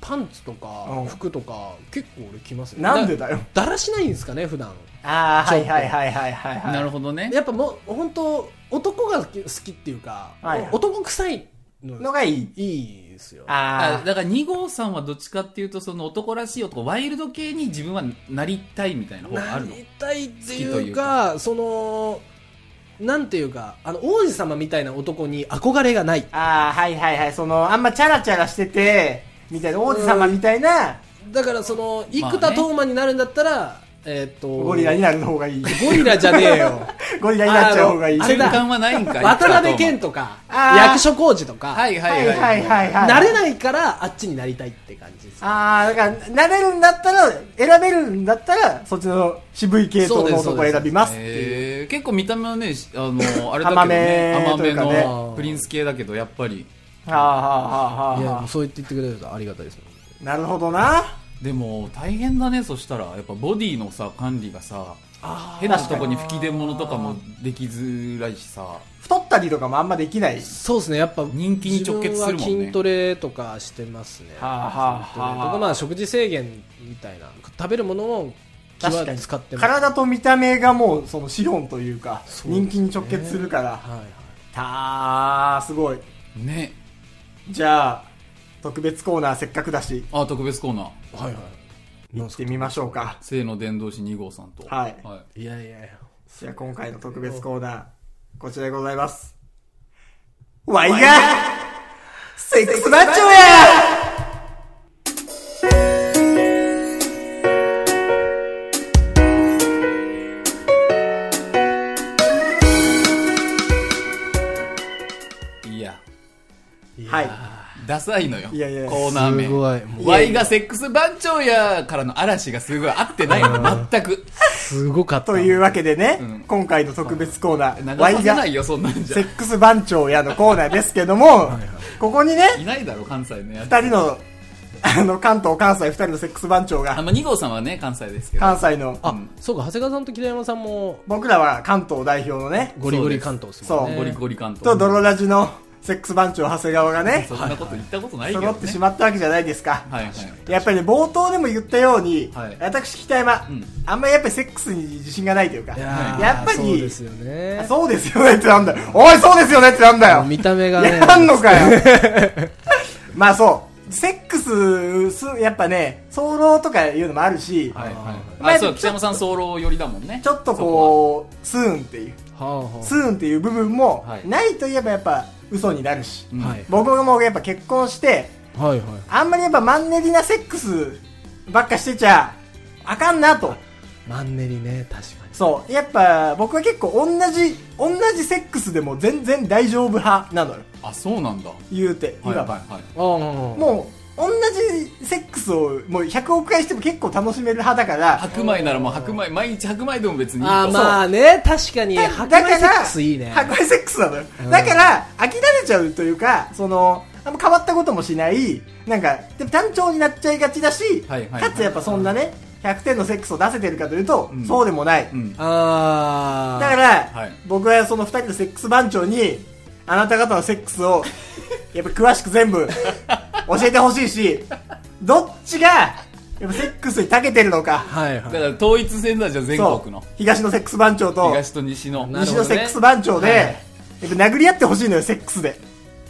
Speaker 3: パンツと
Speaker 2: う
Speaker 3: か
Speaker 2: ん
Speaker 3: 服とか結構俺着ますね
Speaker 2: なんでだよ。
Speaker 3: だらしないんですかね普段
Speaker 2: あ
Speaker 3: ーはいはい
Speaker 2: はいはいはい
Speaker 1: なるほどね
Speaker 3: やっぱもう本当男が好き好きっていうか、
Speaker 2: はいはい
Speaker 3: 男臭いの
Speaker 2: のがいい。
Speaker 3: いいですよ
Speaker 1: あ
Speaker 2: あ
Speaker 1: だから2号さんはどっちかっていうとその男らしい男ワイルド系に自分はなりたいみたいな方があ
Speaker 3: な
Speaker 1: るの
Speaker 3: りたいってい
Speaker 1: 好きというう
Speaker 3: かそのなんていうかあの王子様みたいな男に憧れがない
Speaker 2: あ。ああ、はいはいはい。その、あんまチャラチャラしてて、みたいな、王子様みたいな、
Speaker 3: だからその
Speaker 1: まあ
Speaker 3: 生
Speaker 1: ね
Speaker 3: 田斗真になるんだったらえっと
Speaker 2: ゴリラになる方がいい。
Speaker 3: ゴリラじゃね
Speaker 1: (laughs)
Speaker 3: えよ
Speaker 2: (laughs) ゴリラになっちゃう方がいい。
Speaker 3: あ
Speaker 2: は
Speaker 3: れ
Speaker 2: い
Speaker 1: 転
Speaker 3: だ
Speaker 1: 換はないんかい
Speaker 3: 渡辺謙
Speaker 1: と
Speaker 3: とか
Speaker 2: あー
Speaker 3: 役所広司とか、
Speaker 1: はいは
Speaker 2: はいい
Speaker 1: はい
Speaker 2: はいはい。
Speaker 3: なれないからあっちになりたいって感じです
Speaker 2: ああ、だから、なれるんだったら、選べるんだったら、そっちの渋い系統の男を選びますっていう。
Speaker 1: えー結構見た目はねあ
Speaker 2: (laughs)
Speaker 1: のあれだけどね
Speaker 2: 甘めというかね
Speaker 1: のプリンス系だけどやっぱり
Speaker 2: はあはあはいあ
Speaker 3: や
Speaker 2: は
Speaker 3: もうそう言って言ってくれるとありがたいですもん
Speaker 2: あ。なるほどな。
Speaker 1: でも大変だねそしたらやっぱボディのさ管理がさ変なとこに吹き出物とかもできづらいしさ
Speaker 2: 太ったりとかもあんまできない。
Speaker 3: そうですねやっぱ
Speaker 1: 人気に直結するもんね
Speaker 3: 自分は筋トレとかしてますね、
Speaker 2: はあ
Speaker 3: とか
Speaker 2: はあはあ。
Speaker 3: まあ食事制限みたいな食べるものを気
Speaker 2: 確
Speaker 3: は
Speaker 2: かに
Speaker 3: 使ってます
Speaker 2: 体と見た目がもうその資本というか
Speaker 3: そうですね
Speaker 2: 人気に直結するから
Speaker 3: はいはい
Speaker 2: たーすごい
Speaker 1: ね
Speaker 2: じゃあ特別コーナーせっかくだし
Speaker 1: あ特別コーナー
Speaker 3: はいはい
Speaker 2: 行ってみましょうか
Speaker 1: 性の伝道師2号さんと
Speaker 2: はい
Speaker 3: いやいやいや
Speaker 2: じゃあ今回の特別コーナーこちらでございますわいがセックスマッチョや
Speaker 1: い、いや
Speaker 2: は
Speaker 1: ダサいのよ
Speaker 2: いやいや
Speaker 1: コーナー名
Speaker 3: すごいもう
Speaker 1: ワイがセックス番長やからの嵐がすごい合ってないの全く
Speaker 3: すごかっ
Speaker 2: い
Speaker 3: た
Speaker 2: というわけでね、
Speaker 1: ん
Speaker 2: 今回の特別コーナー、わ
Speaker 1: 流
Speaker 2: い
Speaker 1: せ
Speaker 2: が
Speaker 1: ないよそんなんじ
Speaker 2: セ
Speaker 1: ゃ
Speaker 2: ックス番長やのコーナーですけども、ここにね、
Speaker 1: いないだろ関西のやつ
Speaker 2: 二人の、あの、関東、関西二人のセックス番長
Speaker 1: あ
Speaker 2: が、
Speaker 1: まあ2号さんはね関西ですけど
Speaker 2: 関西の、
Speaker 3: あそうか長谷川さんと北山さんも
Speaker 2: 僕らは関東代表のね、
Speaker 3: ゴリゴリ関東ですもんね
Speaker 1: ゴリゴリ関東
Speaker 2: と、泥ラジのセックス番長、長谷川がね
Speaker 1: そ、んなこと言ったことないけど、ね、
Speaker 2: 揃ってしまったわけじゃないですか。
Speaker 1: はいはい
Speaker 2: やっぱりね、冒頭でも言ったように、
Speaker 1: はい
Speaker 2: 私、北山、
Speaker 1: ん
Speaker 2: あんまりやっぱりセックスに自信がないというか、
Speaker 3: いやー
Speaker 2: やっぱり
Speaker 3: そうですよね
Speaker 2: そうですよねってなんだよ。おい、そうですよねってなんだよ。
Speaker 3: 見た目がね
Speaker 2: やんのかよ。 (laughs) まあそう。セックスす、やっぱね、早漏とかいうのもあるし、
Speaker 1: はいはい
Speaker 2: まあ
Speaker 1: あそう北山さん早漏寄りだもんね
Speaker 2: ちょっとこう、スーンっていう、
Speaker 3: はあは
Speaker 2: スーンっていう部分も
Speaker 1: は、い
Speaker 2: ないといえばやっぱ嘘になるし、
Speaker 1: うん
Speaker 3: はい
Speaker 2: 僕もやっぱ結婚して、
Speaker 3: あはいはい
Speaker 2: あんまりやっぱマンネリなセックスばっかしてちゃ、あかんなと。
Speaker 3: マンネリね確かに
Speaker 2: そう。やっぱ僕は結構同じ、同じセックスでも全然大丈夫派なのよ。
Speaker 1: あそうなんだは
Speaker 2: 言うて、い
Speaker 1: いは
Speaker 2: わ
Speaker 1: い
Speaker 2: ば。
Speaker 1: はい
Speaker 3: ああう
Speaker 2: もう、同じセックスをもう100億回しても結構楽しめる派だから、
Speaker 1: 白米ならもう白米毎日白米でも別にいいと
Speaker 3: あーまあね確かに
Speaker 2: だ
Speaker 3: 白
Speaker 2: だか
Speaker 3: 米
Speaker 2: ら
Speaker 3: セックスいいね
Speaker 2: 白米セックスなのよ
Speaker 3: う。ん
Speaker 2: だから、飽きられちゃうというか、その、あんま変わったこともしない、なんか、でも単調になっちゃいがちだし、
Speaker 1: はいはいはい
Speaker 2: かつやっぱそんなね、100点のセックスを出せてるかというと、
Speaker 1: うん
Speaker 2: そうでもない。
Speaker 1: うん
Speaker 3: ああ
Speaker 2: だから、
Speaker 1: はい
Speaker 2: 僕はその二人のセックス番長に、あなた方のセックスを、やっぱ詳しく全部、教えてほしいし、どっちが、やっぱセックスに長けてるのか、
Speaker 3: はい
Speaker 1: だ
Speaker 3: は
Speaker 1: か
Speaker 3: い
Speaker 1: ら統一戦だじゃん全国の
Speaker 2: そう東のセックス番長と
Speaker 1: 東と西の
Speaker 3: なる
Speaker 2: 西
Speaker 3: ほ
Speaker 2: の
Speaker 3: どね
Speaker 2: セックス番長で、
Speaker 3: はい
Speaker 2: やっぱ殴り合ってほしいのよセックスで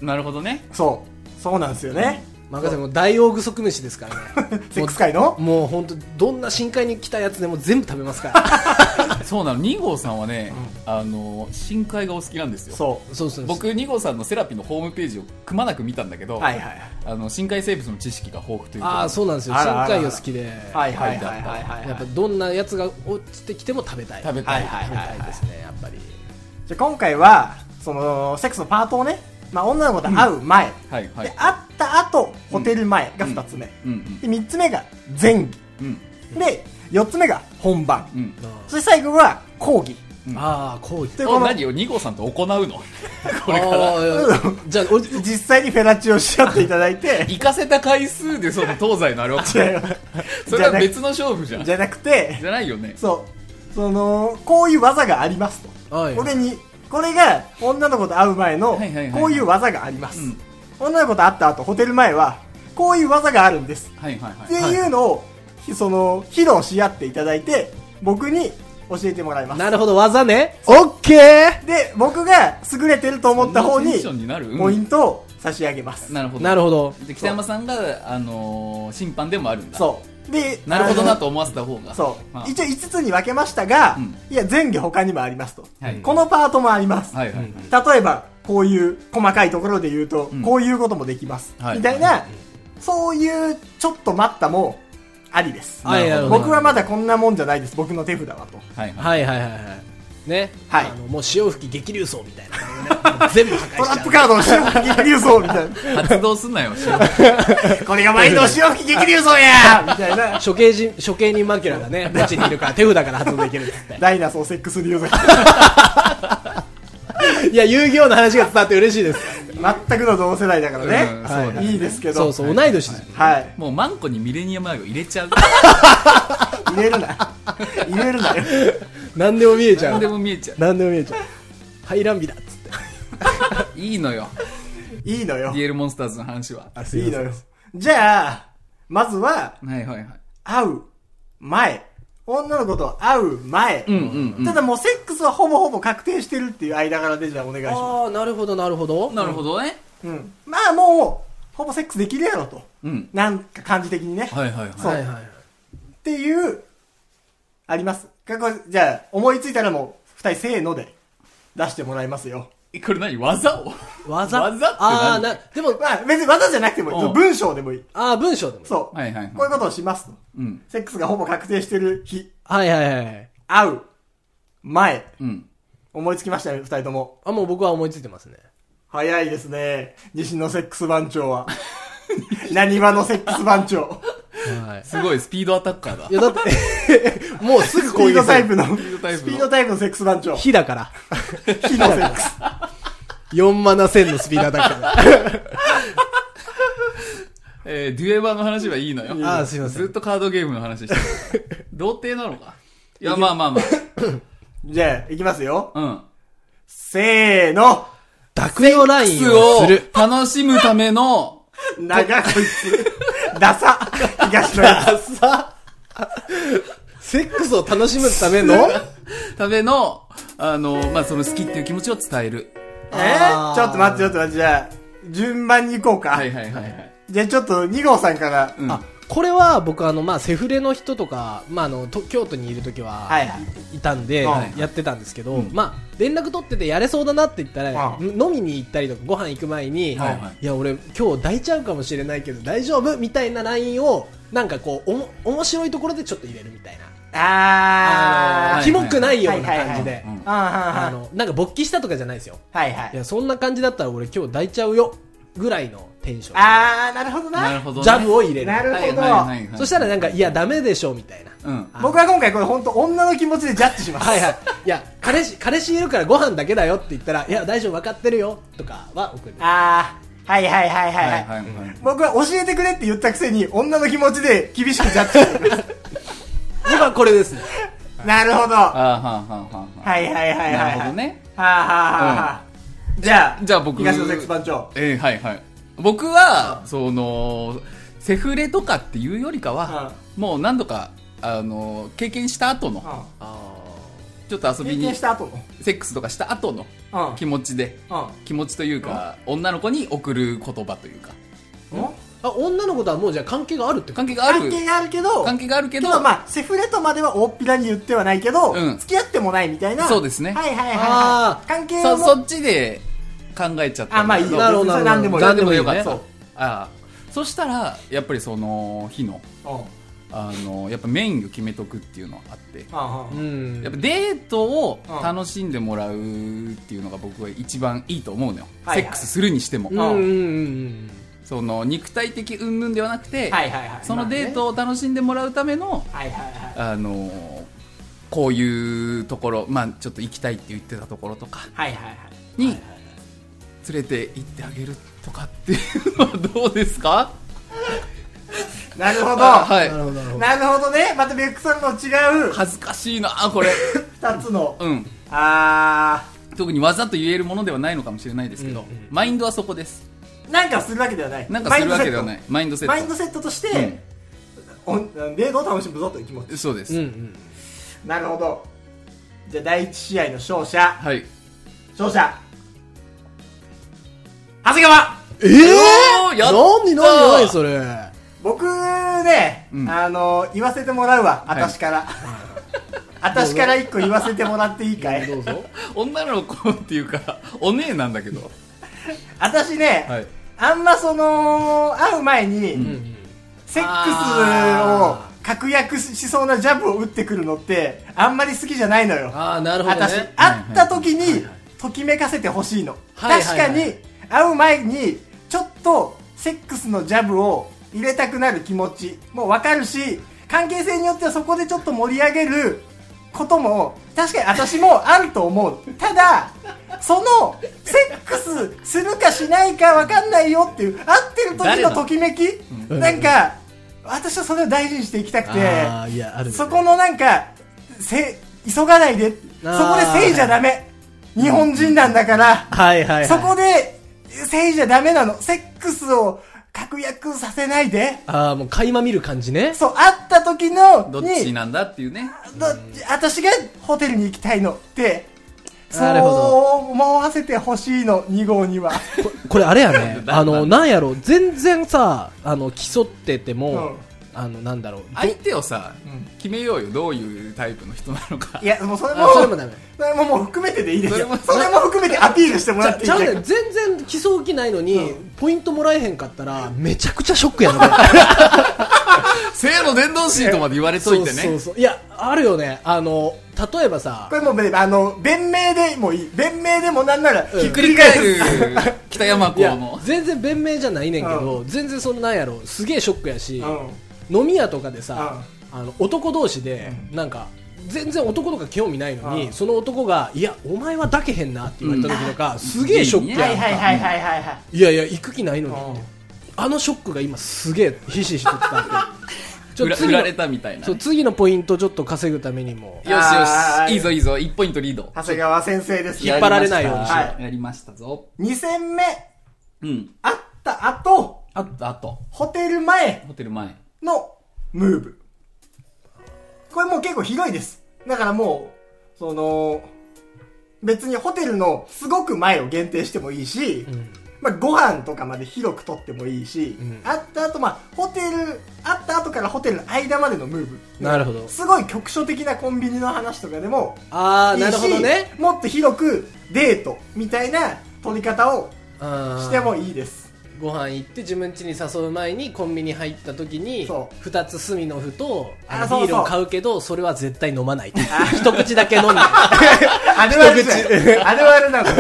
Speaker 1: なるほどね
Speaker 2: そうそうなんですよね
Speaker 3: 任せもう大大具足飯ですからね
Speaker 2: セックス界の
Speaker 3: もう本当どんな深海に来たやつでも全部食べますから
Speaker 1: そうなの2号さんはね、あの深海がお好きなんですよ
Speaker 2: そ
Speaker 3: そうそう
Speaker 1: 僕2号さんのセラピーのホームページをくまなく見たんだけど、
Speaker 2: うはいはい
Speaker 1: あの深海生物の知識が豊富というか
Speaker 3: ああそうなんですよ
Speaker 2: あ
Speaker 3: 深
Speaker 2: らあら
Speaker 3: 海魚好きで
Speaker 2: はいはいはいはいはいはい
Speaker 3: やっぱどんなやつが落ちてきても食べたい
Speaker 1: 食べたい、
Speaker 2: はいはい
Speaker 3: 食べたいですねやっぱり
Speaker 2: じゃあ今回はそのセックスのパートをね、まあ、女の子と会う前、
Speaker 1: はいはい
Speaker 2: で会った後ホテル前が2つ目、
Speaker 1: うんうん
Speaker 2: で3つ目が前儀
Speaker 1: うん
Speaker 2: で4つ目が本番、
Speaker 1: うん
Speaker 2: そして最後が講義
Speaker 1: うん
Speaker 3: ああこう言って
Speaker 2: で
Speaker 1: お
Speaker 2: この
Speaker 1: 何を2号さんと行うのこれから
Speaker 3: ああじゃあ俺
Speaker 2: 実際にフェラチオし合っていただ
Speaker 1: (laughs)
Speaker 2: いて
Speaker 1: 行かせた回数でその東西の
Speaker 2: (laughs)
Speaker 1: あれは
Speaker 2: 違う
Speaker 1: それは別の勝負じゃん
Speaker 2: じ
Speaker 1: じゃ
Speaker 2: ゃなくて
Speaker 1: ないよね
Speaker 2: そう。その、こういう技がありますと。
Speaker 3: はい
Speaker 2: これに、これが女の子と会う前の
Speaker 1: はいはいはい、はい
Speaker 2: こういう技があります
Speaker 1: うん。
Speaker 2: 女の子と会った後、ホテル前は、こういう技があるんです。
Speaker 1: はいはいは
Speaker 2: っ
Speaker 1: い
Speaker 2: ていうのを、ひその、披露し合っていただいて、僕に教えてもらいます。
Speaker 3: なるほど技ねオッケー
Speaker 2: で、僕が優れてると思った方
Speaker 1: こんな
Speaker 2: に
Speaker 1: テンショ、ンになる、うん
Speaker 2: ポイントを差し上げます。
Speaker 1: なるほど
Speaker 3: なるほど
Speaker 1: で北山さんが、あのー審判でもあるんだ
Speaker 2: そう。で、
Speaker 1: なるほどな
Speaker 2: あの。
Speaker 1: と思わせた方が
Speaker 2: そう
Speaker 1: あ。
Speaker 2: 一応5つに分けましたが
Speaker 1: うん、
Speaker 2: いや、前下他にもありますと
Speaker 1: はい。
Speaker 2: このパートもあります。
Speaker 1: はいはいはい、
Speaker 2: 例えば、こういう細かいところで言うと、
Speaker 1: うん
Speaker 2: こういうこともできます。
Speaker 1: はい
Speaker 2: みたいな、そういうちょっと待ったも、ありです。
Speaker 3: ありなるほど
Speaker 2: 僕はまだこんなもんじゃないです。僕の手札はと。
Speaker 1: はいはい
Speaker 3: はいはいはいはいね、
Speaker 2: はい
Speaker 3: あのもう潮吹き激流層みたいな、もう全部破
Speaker 2: ト
Speaker 3: 壊
Speaker 2: ラッ
Speaker 3: しち
Speaker 2: プカードの潮吹き激流層みたいな。
Speaker 1: 発動すんなよ、しろ
Speaker 2: これが毎度潮吹き激流層やみたいな
Speaker 3: ゃう。処刑人処刑人マキュラがね墓地にいるから手札から発動できるっつっ
Speaker 2: ダイナソーセックス流座。
Speaker 3: ていや遊戯王の話が伝わって嬉しいです
Speaker 2: 全くの同世代だから
Speaker 1: う
Speaker 2: ね
Speaker 1: ん。そうだね
Speaker 2: いいですけど。
Speaker 3: そうそう同い年です、
Speaker 2: はい。
Speaker 1: もうマンコにミレニアムアイを入れ (laughs) ちゃう。
Speaker 2: 入れるな。入れるなよ。
Speaker 3: 何でも見えちゃ
Speaker 1: 何
Speaker 3: う
Speaker 1: でも見えちゃう。
Speaker 3: 何でも見えちゃう排卵日だっつって
Speaker 1: いいのよ、
Speaker 2: いいのよ。い
Speaker 1: DL モンスターズの話は。はい
Speaker 2: のよ。じゃあ、まずは、
Speaker 1: いはいはい。
Speaker 2: 会う前。女の子と会う前。
Speaker 1: うんうんうん
Speaker 2: ただもうセックスはほぼほぼ確定してるっていう間柄でじゃあお願いしま
Speaker 3: ああなるほどなるほど
Speaker 1: なるほどね。
Speaker 2: す。うん。まあもう、ほぼセックスできるやろと。
Speaker 1: うん。
Speaker 2: なんか感じ的にね。
Speaker 1: はいはい
Speaker 2: そう
Speaker 1: は
Speaker 3: はいはい
Speaker 2: っていう、あります。かこれじゃあ、思いついたらもう、二人せーので、出してもらいますよ。
Speaker 1: い。これ何技を
Speaker 3: 技
Speaker 1: 技って何
Speaker 3: ああなでも
Speaker 2: まあ別に技じゃなくても
Speaker 1: う
Speaker 2: い
Speaker 1: ん
Speaker 2: い。文章でもいい。
Speaker 3: ああ文章でも
Speaker 2: そう。
Speaker 1: はいはいはい
Speaker 2: こういうことをしますと。
Speaker 1: うん。
Speaker 2: セックスがほぼ確定してる日、
Speaker 3: はいはいはい
Speaker 2: 会う、前、
Speaker 1: うん。
Speaker 2: 思いつきましたね、二人とも。
Speaker 3: あもう僕は思いついてますね
Speaker 2: 早いですね。西のセックス番
Speaker 1: (laughs)
Speaker 2: 長は。何話のセックス番長。
Speaker 3: はい
Speaker 1: すごい、スピードアタッカーだ
Speaker 3: い。やだって (laughs) もうすぐ
Speaker 2: スピ
Speaker 3: 攻
Speaker 2: ー
Speaker 3: 撃
Speaker 2: ド
Speaker 3: す
Speaker 2: タイ
Speaker 3: る
Speaker 2: プの、ス
Speaker 1: ードタイプの
Speaker 2: ピードタイプのセックス番長。火
Speaker 3: 火だから
Speaker 2: のセックス。
Speaker 3: 4マナ1000のスピードアタック (laughs) だから
Speaker 1: (laughs) えー、デュエバーの話はいいのよ。
Speaker 3: あーすいません
Speaker 1: ずっとカードゲームの話してる。 (laughs) 童貞なのかいや、まあまあま
Speaker 2: じゃあ、いきますよ。
Speaker 1: あ。うん。
Speaker 2: せーの。
Speaker 3: ダクエオライン
Speaker 1: ス
Speaker 3: を
Speaker 1: を
Speaker 3: する
Speaker 1: 楽しむための、
Speaker 2: 長こいつ。ダサ。東のやつ。
Speaker 3: さセックスを楽しむため (laughs) の
Speaker 1: ための、あの、まあ、その好きっていう気持ちを伝える。
Speaker 2: え
Speaker 3: あー
Speaker 2: ーちょっと待って、ちょっと待って、じゃあ、順番に行こうか。
Speaker 1: はいはいはいはい。
Speaker 2: じゃあちょっと、二号さんから。
Speaker 1: うん。
Speaker 3: あこれは僕あの、まあ、セフレの人とか、まあ、あのと京都にいる時は、
Speaker 2: はい
Speaker 3: い
Speaker 2: はい。
Speaker 3: たんで、
Speaker 2: うん
Speaker 3: やってたんですけど、まあ、連絡取っててやれそうだなって言ったら、
Speaker 2: う
Speaker 3: 飲みに行ったりとかご飯行く前に、
Speaker 1: はい
Speaker 3: い
Speaker 1: はい
Speaker 3: や俺今日抱いちゃうかもしれないけど大丈夫みたいな LINE をなんかこうおも面白いところでちょっと入れるみたいな、
Speaker 2: あ
Speaker 1: ー
Speaker 3: キモくないような
Speaker 2: はいはいはい
Speaker 3: 感じで、
Speaker 1: うん
Speaker 2: ー。あ
Speaker 3: あのなんか勃起したとかじゃないですよ
Speaker 2: はいはいい。
Speaker 3: やそんな感じだったら俺今日抱いちゃうよぐらいのテンション
Speaker 2: あー、なるほどな。
Speaker 1: なるほど、ね。
Speaker 3: ジャブを入れる
Speaker 2: なるほど。
Speaker 3: そしたらなんかいやダメでしょみたいな
Speaker 1: うん。
Speaker 2: 僕は今回これ本当女の気持ちでジャッジします。
Speaker 3: はいはい。いや、彼氏、彼氏いるからご飯だけだよって言ったら、いや、大丈夫、分かってるよとかは送る。
Speaker 2: あー、はいはいはいはいはい。
Speaker 1: いはい。
Speaker 2: 僕は教えてくれって言ったくせに、女の気持ちで厳しくジャッジしてく
Speaker 1: (laughs)
Speaker 2: れる
Speaker 3: 僕はこれですね。
Speaker 2: なるほど。は
Speaker 1: あはははは。
Speaker 2: いはいはいはい。
Speaker 1: なるほど。ね。
Speaker 2: はあはあはあはあ。じゃあ、
Speaker 1: じゃあ僕
Speaker 2: 東のセックス番長。
Speaker 1: えー、はいはい。僕は、その、セフレとかっていうよりかは、もう何度か、あの、経験した後の、
Speaker 2: う
Speaker 1: ちょっと遊
Speaker 2: ん。
Speaker 1: び
Speaker 2: 経
Speaker 1: に
Speaker 2: 験、した後の。
Speaker 1: セックスとかした後の
Speaker 2: うん。
Speaker 1: 気持ちで、気持ちというか、女の子に送る言葉というか、
Speaker 2: うん。うん
Speaker 3: あ、女の子とはもうじゃあ関係があるってこと
Speaker 1: 関係がある
Speaker 2: 関、係があるけど、
Speaker 1: 関係があるけ
Speaker 2: け
Speaker 1: ど、
Speaker 2: ど、まあ、セフレとまでは大っぴらに言ってはないけど、
Speaker 1: うん
Speaker 2: 付き合ってもないみたいな。
Speaker 1: そうですね
Speaker 2: はいはいはいは
Speaker 3: あ
Speaker 2: い。
Speaker 3: ー
Speaker 2: 関係
Speaker 1: そ
Speaker 2: を
Speaker 1: そっちで考えちゃった
Speaker 2: あまあいいよ
Speaker 3: なるほ
Speaker 2: 別に
Speaker 3: ど
Speaker 2: それ何でもいい。
Speaker 3: な
Speaker 1: 何
Speaker 3: る
Speaker 1: で
Speaker 3: ほ
Speaker 1: も
Speaker 3: ど
Speaker 1: よかった。
Speaker 3: 何でもいいね
Speaker 1: そうああそしたら、やっぱりその日の、
Speaker 2: うん
Speaker 1: あの、やっぱメインを決めとくっていうのはあって、
Speaker 2: うんうん
Speaker 3: ん
Speaker 1: やっぱデートを
Speaker 2: うん
Speaker 1: 楽しんでもらうっていうのが僕は一番いいと思うのよ、
Speaker 2: はいはい
Speaker 1: セックスするにしても、
Speaker 3: うんうんうん
Speaker 1: その肉体的云々ではなくて、
Speaker 2: はいはいはい。
Speaker 1: そのデートを楽しんでもらうための、
Speaker 2: まあね。はいはいはい。
Speaker 1: あのーこういうところ、まあ、ちょっと行きたいって言ってたところとか
Speaker 2: はいはいはい。
Speaker 1: に連れて行ってあげるとかっていうのはどうですか
Speaker 2: なるほ
Speaker 1: あ
Speaker 2: ど。
Speaker 1: はい
Speaker 3: なるほど、なるほど。
Speaker 2: なるほどね。またベックさんの違う
Speaker 1: 恥ずかしいなこれ、
Speaker 2: 二つの。
Speaker 1: うん、
Speaker 2: あ
Speaker 1: 特にわざと言えるものではないのかもしれないですけど、
Speaker 3: うんうん
Speaker 1: マインドはそこです
Speaker 2: ー、なんかするわけではない。
Speaker 1: なんかするわけではないマインドセット
Speaker 2: マインドセット。マインドセットとして、
Speaker 1: うん
Speaker 2: おデートを楽しむぞという気持ち。
Speaker 1: そうです、
Speaker 3: うんうん。
Speaker 2: なるほど。じゃあ、第一試合の勝者。
Speaker 1: はい
Speaker 2: 勝者。長谷川
Speaker 3: え
Speaker 1: おーやった
Speaker 3: 何何何それ。あ
Speaker 2: 僕ね、
Speaker 1: うん
Speaker 2: あの言わせてもらうわ、
Speaker 1: い
Speaker 2: 私から。 (laughs) 私から一個言わせてもらっていいかい
Speaker 3: どうぞ。
Speaker 1: 女の子っていうかお姉なんだけど
Speaker 2: 私ね、
Speaker 1: はい
Speaker 2: あんまその、会う前に、
Speaker 3: うんうん。
Speaker 2: セック確約しそうなジャブを打ってくるのって、あんまり好きじゃないのよ。
Speaker 3: ああ、なるほど
Speaker 2: 私、
Speaker 3: ね。
Speaker 2: 会った時に、ときめかせてほしいの。
Speaker 3: はいはいはい
Speaker 2: 確かに、会う前に、ちょっと、セックスのジャブを入れたくなる気持ちもわかるし、関係性によってはそこでちょっと盛り上げることも、確かに私もあると思う。ただ、その、セックスするかしないかわかんないよっていう、会ってる時
Speaker 1: 誰
Speaker 2: の
Speaker 1: の
Speaker 2: ときめきなんか、私はそれを大事にしていきたくて、
Speaker 3: ああ、いや、あるね。
Speaker 2: そこのなんか、せ、急がないで。そこ
Speaker 3: あー
Speaker 2: でせいじゃダメ。日本人なんだから、
Speaker 3: はいはいはい。
Speaker 2: そこで、せいじゃダメなの。セックスを確約させないで。
Speaker 3: ああ、もう垣間見る感じね。
Speaker 2: そう、会った時の、
Speaker 1: どっち
Speaker 2: に、
Speaker 1: なんだっていうね。。
Speaker 2: ど私がホテルに行きたいのって、そう
Speaker 3: なるほど
Speaker 2: 思わせてほしいの、2号には。
Speaker 3: ここれあれやね
Speaker 1: だ
Speaker 3: あの、なんやろ、全然さ、あの、競ってても、
Speaker 2: うん
Speaker 3: あの、なんだろう。
Speaker 1: 相手をさ、
Speaker 2: ん
Speaker 1: 決めようよ。どういうタイプの人なのか
Speaker 2: い。や、もうそれも
Speaker 3: あ、それもダメ。
Speaker 2: それももう含めてでいいですよ
Speaker 1: それ。も
Speaker 2: それも含めてアピールしても
Speaker 3: ち
Speaker 2: らっ
Speaker 3: ゃ
Speaker 2: ていい
Speaker 3: ちゃうねん全然競う気ないのに、ポイントもらえへんかったら、めちゃくちゃショックや
Speaker 2: (laughs)
Speaker 3: な、これ
Speaker 1: 性の伝道師とまで言われといて
Speaker 3: そうそう
Speaker 1: ね。
Speaker 3: そう。いや、あるよね。あの、例えばさ
Speaker 2: こ、れもうね、あの、弁明でもいい。弁明でもなんなら、
Speaker 1: ひっくり返る北山
Speaker 3: い
Speaker 1: 子
Speaker 3: や
Speaker 1: も、。
Speaker 3: 全然弁明じゃないねんけど、全然そのなんやろ、すげえショックやし、
Speaker 2: うん。
Speaker 3: 飲み屋とかでさ、あの男同士で、なんか全然男とか興味ないのに、
Speaker 2: うん
Speaker 3: その男が「いやお前は抱けへんな」って言われた時とか、すげえショックやんか、
Speaker 2: はいはいはいはいはいはい
Speaker 3: いやいや行く気ないのに、
Speaker 2: うん
Speaker 3: あのショックが今すげえひしひしと伝わって
Speaker 2: (laughs)
Speaker 3: ちょ
Speaker 1: 振ら
Speaker 3: 次
Speaker 1: 振
Speaker 3: の
Speaker 1: られたみたいな。
Speaker 3: そ
Speaker 1: よ
Speaker 3: う次のポイントちょっと稼ぐためにも
Speaker 1: しよ
Speaker 2: あー
Speaker 1: し。いいぞいいぞ。1ポイントリード。
Speaker 2: 長谷川先生です
Speaker 3: 引っ張られないようにしよう
Speaker 2: は
Speaker 1: やりましたぞ。
Speaker 2: 2戦目
Speaker 1: うん。
Speaker 2: あった後
Speaker 1: あと、あと、
Speaker 2: ホテル前
Speaker 1: ホテル前。
Speaker 2: のムーブこれもう結構広いですだからもうその別にホテルのすごく前を限定してもいいし、
Speaker 3: ん
Speaker 2: まあ、ご飯とかまで広くとってもいいし、
Speaker 3: ん
Speaker 2: あった後、まあ、ホテル、あった後からホテルの間までのムーブ。
Speaker 3: なるほど
Speaker 2: すごい局所的なコンビニの話とかでも、
Speaker 3: ああ
Speaker 2: いいし
Speaker 3: なるほどね
Speaker 2: もっと広くデートみたいな取り方を
Speaker 3: し
Speaker 2: してもいい
Speaker 3: (laughs)
Speaker 2: です
Speaker 3: ご飯行って自分家に誘う前にコンビニ入った時に
Speaker 2: そ
Speaker 3: 2つスミノフとあの
Speaker 2: あそうそう
Speaker 3: ビールを買うけどそれは絶対飲ま (laughs) ない一口だけ飲んで (laughs)
Speaker 2: あるあるじゃんあるあるなの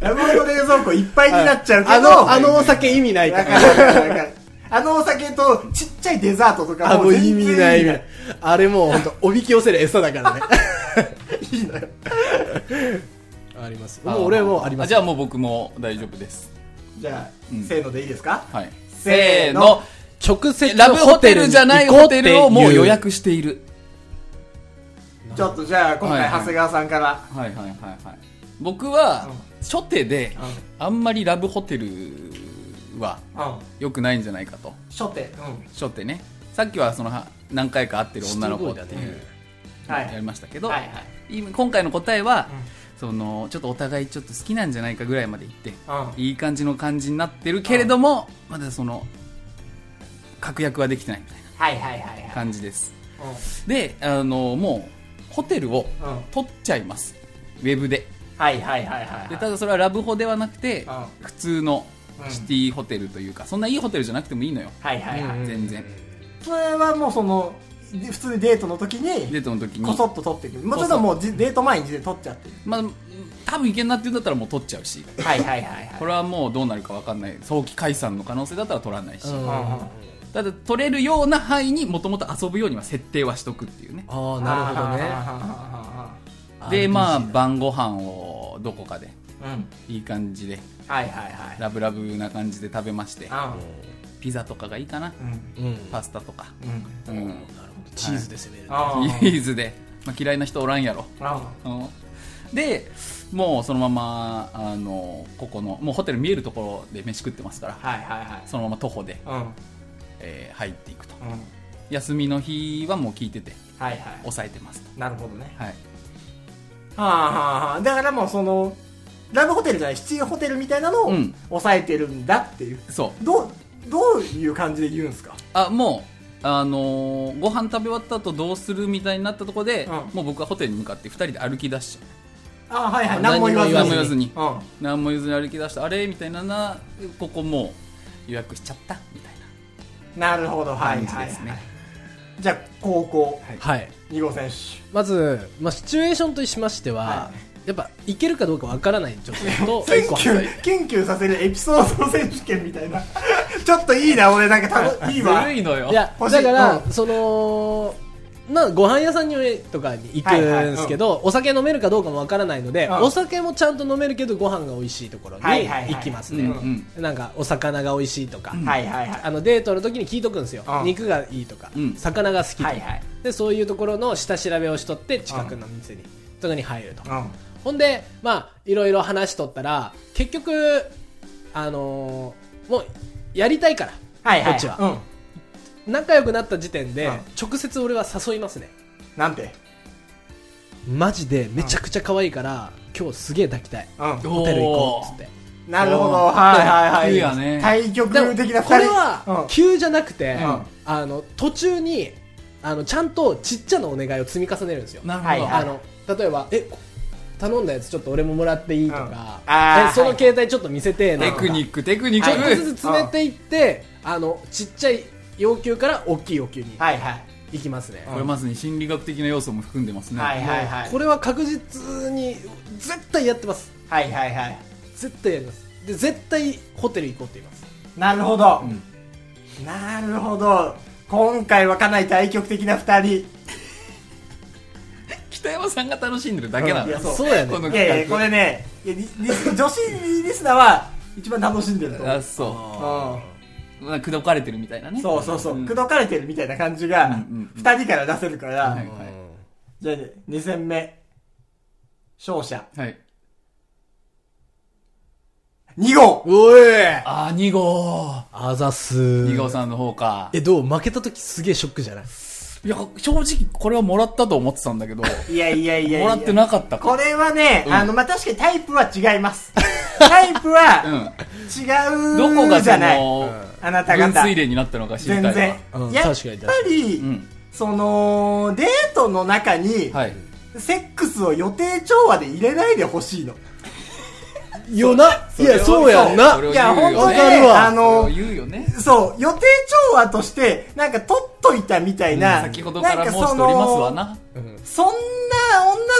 Speaker 2: ラブホの冷蔵庫いっぱいになっちゃうけど
Speaker 3: あのあのお酒意味ないか
Speaker 2: わ
Speaker 3: ら
Speaker 2: かるわかるわかるあのお酒とちっちゃいデザートとか
Speaker 3: あも
Speaker 2: もう
Speaker 3: う意
Speaker 2: 全然
Speaker 3: 味ない意味ないあれもう本当おびき寄せる餌だ (laughs) からね
Speaker 2: いいのよ
Speaker 3: ありますもう俺もありま
Speaker 1: あ
Speaker 3: す
Speaker 1: じゃあもう僕も大丈夫です。
Speaker 2: じゃあ、
Speaker 1: うん
Speaker 2: せーのでいいですか
Speaker 1: はい。
Speaker 2: せ
Speaker 1: せ
Speaker 2: ー
Speaker 1: ー
Speaker 2: の
Speaker 1: の。
Speaker 3: 直接
Speaker 1: ラブホテルじゃないホテルをもう予約している。
Speaker 2: ちょっとじゃあ今
Speaker 1: は
Speaker 2: 回
Speaker 1: いはい
Speaker 2: 長谷川さんから、
Speaker 1: はいはいはいはい。僕は、初手で、あんまりラブホテルは
Speaker 2: うん
Speaker 1: 良くないんじゃないかと。
Speaker 2: 初手うん
Speaker 1: 初手ね。さっきはそのは何回か会ってる女の子っていう、
Speaker 2: は
Speaker 1: やり
Speaker 2: い
Speaker 1: ましたけど、
Speaker 2: はいはい
Speaker 1: 今今回の答えは、そのちょっとお互いちょっと好きなんじゃないかぐらいまで行って、
Speaker 2: う
Speaker 1: いい感じの感じになってるけれども、まだその確約はできてないみたい
Speaker 2: はいはいはいは
Speaker 1: ない感じですであのもうホテルを
Speaker 2: うんうん
Speaker 1: 取っちゃいますウェブで
Speaker 2: はいはいはいはい
Speaker 1: でただそれはラブホではなくて
Speaker 2: うん
Speaker 1: 普通の
Speaker 2: うん
Speaker 1: シティホテルというかそんないいホテルじゃなくてもいいのよ
Speaker 2: はいはいはい
Speaker 1: 全然
Speaker 2: それはもうそので普通にデートの時
Speaker 1: デ
Speaker 2: に
Speaker 1: ートの時
Speaker 2: こ
Speaker 1: に
Speaker 2: そっと撮ってくるもうちょっともうじデート前に事前に撮っちゃってる
Speaker 1: まあ多分いけんなって言うんだったらもう取っちゃうし
Speaker 2: はいはいはい
Speaker 1: これはもうどうなるか分かんない早期解散の可能性だったら取らないし、
Speaker 3: うん
Speaker 2: うんうん
Speaker 1: ただ取れるような範囲にもともと遊ぶようには設定はしとくっていうね
Speaker 3: ああなるほどね
Speaker 1: でまあ
Speaker 3: RPG
Speaker 1: 晩ご飯をどこかで
Speaker 2: どねうん
Speaker 1: いい感じで
Speaker 2: はいはいはい
Speaker 1: ラブラブな感じで食べましてピザとかがいいかな
Speaker 2: うん
Speaker 3: うん
Speaker 1: パスタとか
Speaker 2: うん
Speaker 1: うん
Speaker 3: チーズで攻めるね
Speaker 2: あ
Speaker 1: チーズで、まあ、嫌いな人おらんやろ
Speaker 2: あ
Speaker 1: うんでもうそのままあのここのもうホテル見えるところで飯食ってますから
Speaker 2: はいはい
Speaker 1: そのまま徒歩で、
Speaker 2: はいうん
Speaker 1: えー入っていくと
Speaker 2: うん
Speaker 1: 休みの日はもう聞いてて
Speaker 2: はいは
Speaker 1: 抑えてますと
Speaker 2: いなるほどね
Speaker 1: はい
Speaker 2: はあはあはあだからもうそのラブホテルじゃないシティホテルみたいなのを
Speaker 1: うん
Speaker 2: 抑えてるんだっていう
Speaker 1: そう
Speaker 2: どうどういう感じで言うんですか
Speaker 1: あもうあのーご飯食べ終わった後どうするみたいになったところで、
Speaker 2: うん
Speaker 1: もう僕はホテルに向かって2人で歩き出しちゃう
Speaker 2: あはいはい何
Speaker 3: 何
Speaker 2: も
Speaker 3: も
Speaker 2: 言
Speaker 3: 言
Speaker 2: わ
Speaker 3: わ
Speaker 2: ず
Speaker 3: ず
Speaker 2: に
Speaker 3: に
Speaker 1: 何も言わずに
Speaker 2: うん
Speaker 1: 何も言ずに歩き出してあれみたいななここもう予約しちゃったみたいな
Speaker 2: なるほど、はい
Speaker 1: 感じ
Speaker 2: はい、
Speaker 1: ですね、
Speaker 2: じゃあ、高校、
Speaker 3: はい。
Speaker 2: 二号選手。
Speaker 3: まず、まあ、シチュエーションとしましては、
Speaker 2: は
Speaker 3: やっぱ、いけるかどうかわからない状
Speaker 2: (laughs)
Speaker 3: 況と、
Speaker 2: キュ
Speaker 3: 一個
Speaker 2: ンキュン、キュンキュンさせるエピソード選手権みたいな。 (laughs) ちょっといいな、俺なんか多分、いいわ。
Speaker 1: ずるいのよ。
Speaker 3: いや、
Speaker 2: 欲しい
Speaker 3: だから、
Speaker 2: う
Speaker 3: その、なご飯屋さんにとかに行くんですけど、お酒飲めるかどうかもわからないので、
Speaker 2: うん
Speaker 3: お酒もちゃんと飲めるけどご飯が美味しいところに
Speaker 2: はいはいはい
Speaker 3: 行きます
Speaker 1: うん
Speaker 3: ね、
Speaker 1: うん。
Speaker 3: なんかお魚が美味しいとか、
Speaker 2: はいはいはい。
Speaker 3: あのデートの時に聞いとくんですよ、
Speaker 2: うん
Speaker 3: 肉がいいとか、
Speaker 1: うん
Speaker 3: 魚が好きとか、
Speaker 2: はいはい
Speaker 3: でそういうところの下調べをしとって近くの店に、そこに入ると、
Speaker 2: うん。
Speaker 3: ほんでまあいろいろ話しとったら結局あのーもうやりたいから
Speaker 2: はいはい。
Speaker 3: こっちは
Speaker 2: うん。
Speaker 3: 仲良くなった時点で、
Speaker 2: うん
Speaker 3: 直接俺は誘いますね
Speaker 2: なんて。
Speaker 3: マジでめちゃくちゃ可愛いから、今日すげえ抱きたい
Speaker 2: うん。
Speaker 3: ホテル行こうっつって
Speaker 2: なるほど。
Speaker 1: お
Speaker 2: はいはいはい。
Speaker 1: いいやね
Speaker 2: 対
Speaker 3: でも
Speaker 2: 局的な
Speaker 3: これ
Speaker 2: うん
Speaker 3: は急じゃなくて、
Speaker 2: ん
Speaker 3: あの途中にあのちゃんとちっちゃなお願いを積み重ねるんですよ
Speaker 1: なるほど。
Speaker 2: はいはい
Speaker 3: あの例えばえこ頼んだやつちょっと俺ももらっていいとか、
Speaker 2: うんあー
Speaker 3: えその携帯ちょっと見せてね
Speaker 1: テ
Speaker 3: とか
Speaker 1: クニック、テクニッ
Speaker 3: ちょっとず
Speaker 1: ク。
Speaker 3: つ詰めていってあのちっちゃい要求から大きい要求に
Speaker 2: はいはい。
Speaker 3: いきますね、
Speaker 1: これまさに心理学的な要素も含んでますね。
Speaker 2: はいはいはい。
Speaker 3: これは確実に絶対やってます
Speaker 2: はいはいはい。
Speaker 3: 絶対やりますで絶対ホテル行こうって言います
Speaker 2: なるほど
Speaker 1: う。ん
Speaker 2: なるほど。今回はかなり対極的な二人。
Speaker 1: 北山さんが楽しんでるだけなのよ
Speaker 2: うんいやそう
Speaker 3: そうや
Speaker 1: この
Speaker 3: ね
Speaker 2: いや
Speaker 1: 企
Speaker 2: いや、
Speaker 1: 画
Speaker 2: これね、いやリリス女子リスナーは一番楽しんでると思
Speaker 1: あ
Speaker 2: う。
Speaker 1: そ
Speaker 3: あ
Speaker 1: うまあ口説かれてるみたいなね
Speaker 2: うんそうそうそう。
Speaker 1: ん
Speaker 2: 口説かれてるみたいな感じが
Speaker 1: うんうん、うん
Speaker 2: 二人から出せるか
Speaker 1: は
Speaker 2: ら
Speaker 1: い。は
Speaker 2: じゃあね、二戦目。勝者。
Speaker 1: いはい
Speaker 2: 二号
Speaker 3: おい
Speaker 1: あー2号
Speaker 3: あざす
Speaker 1: 2号さんの方か
Speaker 3: えどう負けた時すげえショックじゃない
Speaker 1: いや正直これはもらったと思ってたんだけども
Speaker 2: いやいやいやいや。
Speaker 1: らってなかった
Speaker 2: こ
Speaker 1: か
Speaker 2: れはね、
Speaker 1: うん
Speaker 2: あの、まあ、確かにタイプは違
Speaker 1: (laughs)
Speaker 2: います。タイプは違
Speaker 1: う
Speaker 2: うん
Speaker 1: どこが
Speaker 2: じ
Speaker 1: そ
Speaker 2: ゃない。
Speaker 1: の
Speaker 2: あなた
Speaker 1: 分
Speaker 2: 方。
Speaker 1: 水嶺になったのか知り
Speaker 2: 全
Speaker 1: たい
Speaker 2: 然
Speaker 1: わ。
Speaker 3: うん
Speaker 2: やっ
Speaker 3: 確かに
Speaker 2: ぱ
Speaker 3: 確か
Speaker 2: り、
Speaker 1: うん
Speaker 2: その、デートの中に、
Speaker 1: はい
Speaker 2: セックスを予定調和で入れないでほしいの。
Speaker 3: によないやそうやんな
Speaker 1: それを
Speaker 2: いや、
Speaker 1: 言うよ
Speaker 2: 本
Speaker 1: ね
Speaker 2: 当に
Speaker 3: わか
Speaker 2: ね、
Speaker 3: るわ
Speaker 2: あ
Speaker 1: そ
Speaker 2: の
Speaker 1: れを、言うよね
Speaker 2: そう、予定調和として、なんか取っといたみたいな。
Speaker 1: 先ほどから申しており
Speaker 2: んかそ
Speaker 1: ま
Speaker 2: の
Speaker 1: すわな
Speaker 3: うん
Speaker 2: そんな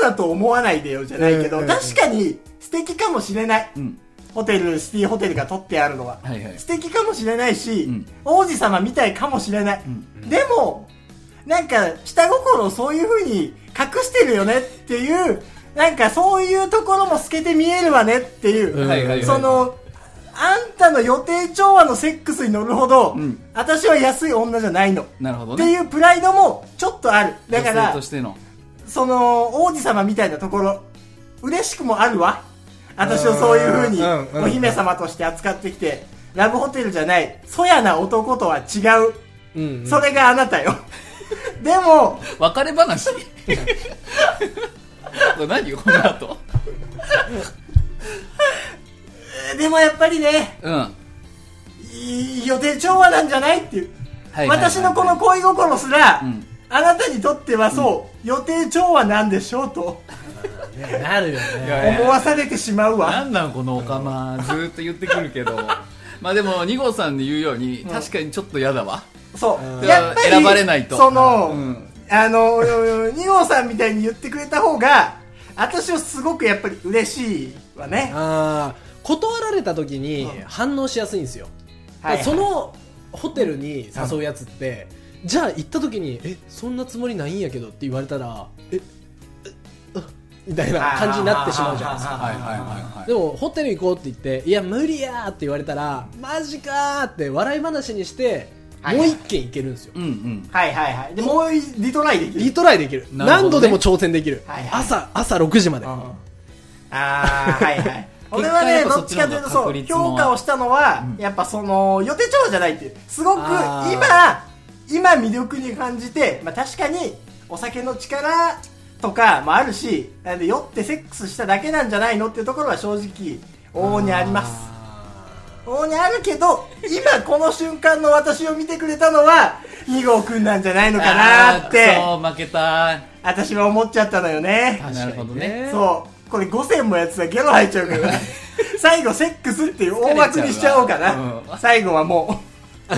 Speaker 2: 女だと思わないでよじゃないけど、
Speaker 3: うんうんうん
Speaker 2: 確かに素敵かもしれない。
Speaker 1: うん
Speaker 2: ホテル、シティホテルが取ってあるのは。
Speaker 1: はいはい
Speaker 2: 素敵かもしれないし、
Speaker 1: うん
Speaker 2: 王子様みたいかもしれない。
Speaker 1: うん
Speaker 2: でも、なんか、下心をそういう風に隠してるよねっていう、なんかそういうところも透けて見えるわねっていう、
Speaker 3: うん
Speaker 1: はいはいはい
Speaker 2: その、あんたの予定調和のセックスに乗るほど、
Speaker 1: うん
Speaker 2: 私は安い女じゃないの。っ
Speaker 1: なるほど
Speaker 2: て
Speaker 1: ね
Speaker 2: いうプライドもちょっとある。だか
Speaker 1: 女性
Speaker 2: ら
Speaker 1: と、しての
Speaker 2: その、王子様みたいなところ、嬉しくもあるわ。私をそういう風に
Speaker 3: うんうん、
Speaker 2: お姫様として扱ってきて、ラブホテルじゃない、そやな男とは違う。
Speaker 3: うんうん
Speaker 2: それがあなたよ。でも、
Speaker 1: 別れ話 (laughs) これ何この後
Speaker 2: でもやっぱりね、
Speaker 1: うんはい
Speaker 2: いい予定調和なんじゃないっていう。
Speaker 1: はいはい
Speaker 2: 私のこの恋心すら、
Speaker 1: うん
Speaker 2: あなたにとってはそう、予定調和なんでしょうと
Speaker 3: ねなるよ
Speaker 1: い
Speaker 3: ね
Speaker 1: やいや
Speaker 2: 思わされてしまう
Speaker 1: な
Speaker 2: わ。
Speaker 1: んなんこのオカマずーっと言ってくるけどまあでも二号さんに言うように確かにちょっと嫌だわ
Speaker 2: そう。
Speaker 1: ん
Speaker 2: やっぱり、
Speaker 1: 選ばれないと
Speaker 2: その、
Speaker 1: うん
Speaker 2: あの、二号さんみたいに言ってくれた方が、私はすごくやっぱり嬉しいわね。
Speaker 3: ああ断られた時に
Speaker 2: うん
Speaker 3: 反応しやすいんですよ、
Speaker 2: はい、
Speaker 3: そのホテルに誘うやつって、じゃあ行った時に「えそんなつもりないんやけど」って言われたら「ええあみたいな感じになってしまうじゃないですか
Speaker 2: は
Speaker 1: はいい
Speaker 2: は
Speaker 1: はいい
Speaker 2: は
Speaker 1: はいい
Speaker 3: でもホテル行こうって言って「いや無理や!」って言われたら「マジか!」って笑い話にして
Speaker 2: はい
Speaker 3: もう一軒行けるんですよ、
Speaker 1: うんうん
Speaker 2: はいはいはい。で、もう一リトライできる
Speaker 3: リ。トライできる
Speaker 1: なるほどね
Speaker 3: 何度でも挑戦できる、
Speaker 2: はいはい
Speaker 3: 朝朝6時まで、
Speaker 2: ああ
Speaker 1: (laughs)
Speaker 2: ー、はいはい。俺は
Speaker 1: や
Speaker 2: ね、
Speaker 1: っぱ
Speaker 2: ど
Speaker 1: そ
Speaker 2: っ
Speaker 1: っ
Speaker 2: ち
Speaker 1: ち
Speaker 2: か
Speaker 1: の
Speaker 2: という
Speaker 1: 方
Speaker 2: と
Speaker 1: が
Speaker 2: そ
Speaker 1: 確
Speaker 2: う、
Speaker 1: 率
Speaker 2: 評
Speaker 1: も
Speaker 2: 価をしたのは、やっぱその、予定調和じゃないっていう。すごく、
Speaker 3: あー
Speaker 2: 今、今魅力に感じて、まあ確かに、お酒の力とかもあるし、なんで酔ってセックスしただけなんじゃないのっていうところは正直、往々にあります。往々にあるけど、今この瞬間の私を見てくれたのは、二号くんなんじゃないのかなーって、
Speaker 1: あーくそー負けた
Speaker 2: 私は思っちゃったのよね。
Speaker 1: ーなるほどね
Speaker 2: そう。これ5000もやつはゲロ吐いちゃ
Speaker 1: (laughs)
Speaker 2: うから、最後セックスっていう大枠にしちゃおうか
Speaker 1: 疲れちゃうわ
Speaker 2: な。
Speaker 1: うん
Speaker 2: 最後はもう、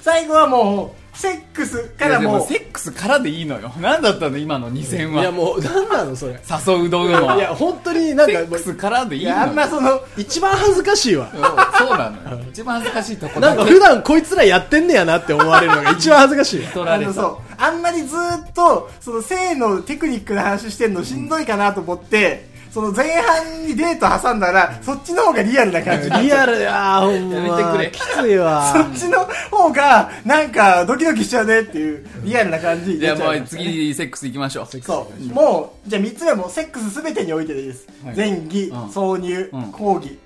Speaker 2: 最後はもう、セックス
Speaker 1: い
Speaker 2: か
Speaker 1: や
Speaker 2: ら
Speaker 1: で
Speaker 2: も
Speaker 1: も
Speaker 2: う
Speaker 1: セックスからでいいのよ何だったの今の2000
Speaker 3: いや
Speaker 1: は
Speaker 3: もう何なのそれ
Speaker 1: 誘う道具の
Speaker 3: いや本当になん
Speaker 1: セ
Speaker 3: か
Speaker 1: ックスからでい
Speaker 2: い
Speaker 1: いのよ
Speaker 2: やあんまその
Speaker 3: 一番恥ずかしいわ
Speaker 1: うんそうなのよ一番恥ずかしいとこ
Speaker 3: (laughs)
Speaker 1: だ
Speaker 3: なん
Speaker 1: け
Speaker 3: か普段こいつらやってんねやなって思われるの (laughs) が一番恥ずかしいわ
Speaker 1: 取ら
Speaker 2: あ
Speaker 1: れ
Speaker 2: の
Speaker 1: た
Speaker 2: そうあんまりずーっとその性のテクニックの話してんのしんどいかなと思って、その前半にデート挟んだらそっちの方がリアルな感じ
Speaker 3: リアルやほんま
Speaker 1: やめてくれ
Speaker 3: きつい
Speaker 2: そ
Speaker 3: (laughs) わ
Speaker 2: っちの方がなんかドキドキしちゃうねっていうリアルな感じに
Speaker 1: じゃ
Speaker 2: な
Speaker 1: あ
Speaker 2: っちゃ
Speaker 1: も
Speaker 2: いうましたね
Speaker 1: 次セックスいきましょう
Speaker 2: そうもうじゃあ3つ目はもうセックス全てにおいてでいいです、
Speaker 1: はい
Speaker 2: 前儀、
Speaker 1: うん
Speaker 2: 挿入、
Speaker 1: うん
Speaker 2: 講義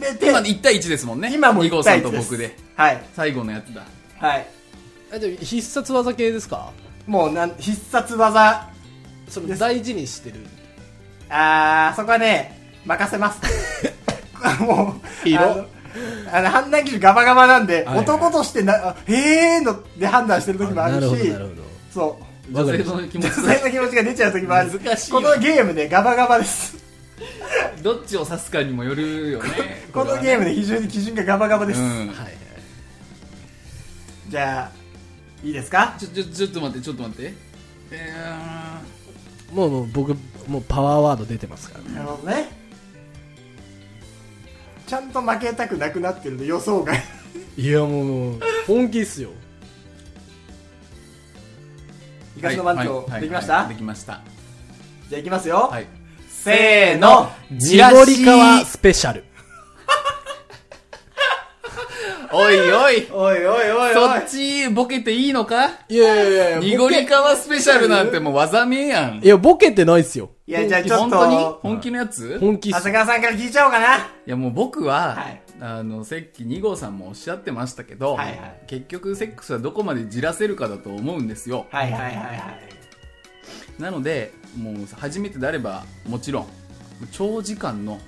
Speaker 2: 全て
Speaker 1: 今1対1ですもんね
Speaker 2: 今も
Speaker 1: 二
Speaker 2: 一
Speaker 1: 号さ
Speaker 2: 対
Speaker 1: ん
Speaker 2: 一
Speaker 1: と
Speaker 2: です
Speaker 1: 僕で
Speaker 2: はい
Speaker 1: 最後のやつだ
Speaker 2: はい
Speaker 3: あじゃあ必殺技系ですか
Speaker 2: もうなん必殺技
Speaker 3: その大事にしてる
Speaker 2: あーそこはね任せます
Speaker 1: (laughs)
Speaker 2: もう
Speaker 3: 色
Speaker 2: あのあの判断基準ガバガバなんで、
Speaker 3: はいはい
Speaker 2: 男としてな「へえ」ので判断してる時もあるし
Speaker 3: ど
Speaker 2: そう
Speaker 1: 女性の気持
Speaker 2: 女
Speaker 1: ち
Speaker 2: 性の気持ちが出ちゃう時もある
Speaker 1: 難しいよ
Speaker 2: このゲームでガバガバです
Speaker 1: どっちを指すかにもよるよね
Speaker 2: このゲームで非常に基準がガバガバです、
Speaker 1: うん
Speaker 3: はいはい
Speaker 2: じゃあいいですか
Speaker 1: ちょちょちょっと待ってちょっと待ってえ
Speaker 3: もうもう僕もうパワーワード出てますからね
Speaker 2: なるほどねちゃんと負けたくなくなってるの予想外
Speaker 3: いやもうもう本気っすよ
Speaker 1: ー
Speaker 2: 東の番長、
Speaker 1: はいはい
Speaker 2: できました、
Speaker 1: はいできました
Speaker 2: じゃあいきますよ、
Speaker 1: はい
Speaker 2: せーの
Speaker 3: 地森川スペシャル
Speaker 1: おいおい
Speaker 2: (laughs) おいおいおい
Speaker 1: そ
Speaker 2: おい
Speaker 1: っちボケていいのか
Speaker 3: いやいやいやいや
Speaker 1: 濁り川スペシャルなんてもう技名やん
Speaker 3: いやボケてないっすよ
Speaker 2: いやじゃあちょっ
Speaker 1: 本当に
Speaker 2: と
Speaker 1: 本気のやつ
Speaker 3: 本気っ
Speaker 2: 長
Speaker 3: す
Speaker 2: 谷川さんから聞いちゃおうかない
Speaker 1: やもう僕は、
Speaker 2: はい
Speaker 1: あのさっき2号さんもおっしゃってましたけど、
Speaker 2: はいはい
Speaker 1: 結局セックスはどこまでじらせるかだと思うんですよ
Speaker 2: はいはいはいはい
Speaker 1: なのでもう初めてであればもちろん長時間の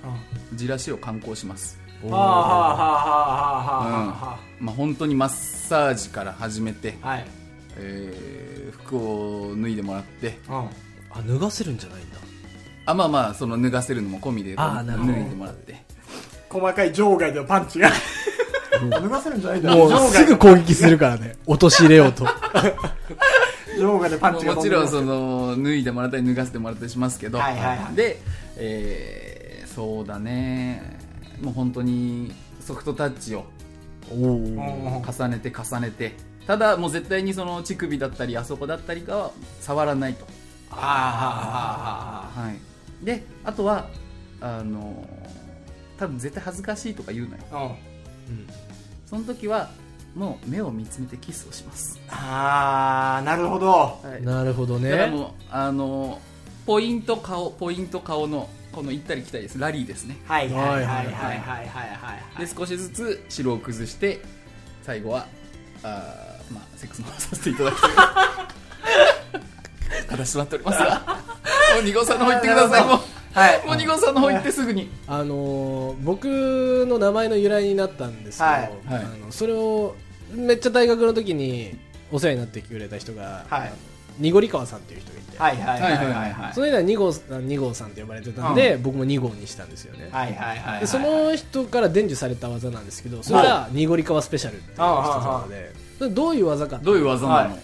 Speaker 1: じらしを敢行します、
Speaker 3: おー
Speaker 2: はあはあ
Speaker 1: う
Speaker 2: はあはあ
Speaker 1: ん
Speaker 2: はあは
Speaker 1: まあ、本当にマッサージから始めて、
Speaker 2: あはい
Speaker 1: えー服を脱いでもらって
Speaker 2: うん
Speaker 3: あ脱がせるんじゃないんだ
Speaker 1: あまあまあその脱がせるのも込みで
Speaker 3: あー
Speaker 1: 脱い
Speaker 3: な
Speaker 1: で
Speaker 3: るほど
Speaker 1: もらって
Speaker 2: 細かい場外でのパンチが脱がせるんじゃないんだ
Speaker 3: も
Speaker 2: 場
Speaker 3: う
Speaker 2: 外
Speaker 3: すぐ攻撃するから (laughs) ね陥れようと
Speaker 2: 場外でパン
Speaker 1: も
Speaker 2: チ
Speaker 1: う
Speaker 2: が
Speaker 1: もちろん
Speaker 2: 飛
Speaker 1: そ
Speaker 2: で
Speaker 1: の脱いでもらったり脱がせてもらったりしますけど、
Speaker 2: はいはいはい
Speaker 1: で、えーそうだねもう本当にソフトタッチを
Speaker 2: く
Speaker 3: お
Speaker 2: る
Speaker 3: お
Speaker 2: うんうん
Speaker 1: 重ねて重ねてただもう絶対にその乳首だったりあそこだったりかは触らないと、
Speaker 2: ああはあはあはあ
Speaker 1: はい、であとはあの多分絶対恥ずかしいとか言うのよ
Speaker 2: はあうん
Speaker 1: その時はもう目を見つめてキスをします、
Speaker 2: ああなるほど
Speaker 1: はい、
Speaker 3: なるほど
Speaker 1: だから
Speaker 3: ね
Speaker 1: もうあのポイント顔ポイント顔のこの行ったり来たりですラリーですね
Speaker 2: はいはいはいはいはいはいはい
Speaker 1: で少しずつ城を崩して最後はあーまあセックスもさせていただきたい (laughs) 形となっておりますがもう二号さんの方行ってくださいも
Speaker 2: はいう
Speaker 1: もう二号さんの方行ってすぐに
Speaker 3: あのー僕の名前の由来になったんですけど、
Speaker 2: はい
Speaker 1: はい
Speaker 3: あのそれをめっちゃ大学の時にお世話になってくれた人が、
Speaker 2: はい
Speaker 3: 濁り川さんっていう人がいて、
Speaker 2: はいはいはいはいはいはい
Speaker 3: その間二号さん二号さんって呼ばれてたんで、僕も2号にしたんですよね、
Speaker 2: はいはいはい
Speaker 3: でその人から伝授された技なんですけどそれが濁り川スペシャルっていう一つなのでそれどういう技かって
Speaker 1: どういう技なの、
Speaker 2: は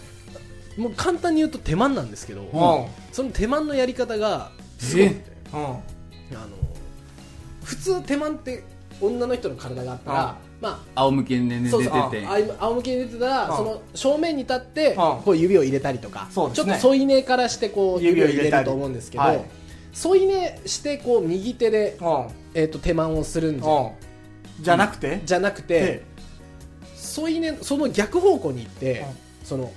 Speaker 3: もう簡単に言うと手満なんですけど、
Speaker 2: う
Speaker 3: その手満のやり方がすごくて
Speaker 2: んうん
Speaker 3: あの普通手満って女の人の体があったら、ま
Speaker 1: 仰向けに寝
Speaker 3: あ
Speaker 1: て
Speaker 3: そう
Speaker 1: て
Speaker 3: そう
Speaker 1: て
Speaker 3: ああ仰向けに出てたら、
Speaker 2: うん
Speaker 3: その正面に立って、
Speaker 2: ん
Speaker 3: こう指を入れたりとか、ち
Speaker 2: そ
Speaker 3: ょ
Speaker 2: う
Speaker 3: っ
Speaker 2: です
Speaker 3: と
Speaker 2: ね
Speaker 3: 添い寝からしてこう
Speaker 2: 指
Speaker 3: 指
Speaker 2: を
Speaker 3: を
Speaker 2: 入
Speaker 3: 入
Speaker 2: れ
Speaker 3: れ
Speaker 2: たり
Speaker 3: ると思うんですけど、
Speaker 2: はい
Speaker 3: 添い寝してこう右手で、
Speaker 2: うん
Speaker 3: えー、と手満をするんじゃ,、
Speaker 2: うんじゃなくて
Speaker 3: じゃなくて、添い寝その逆方向に行って、その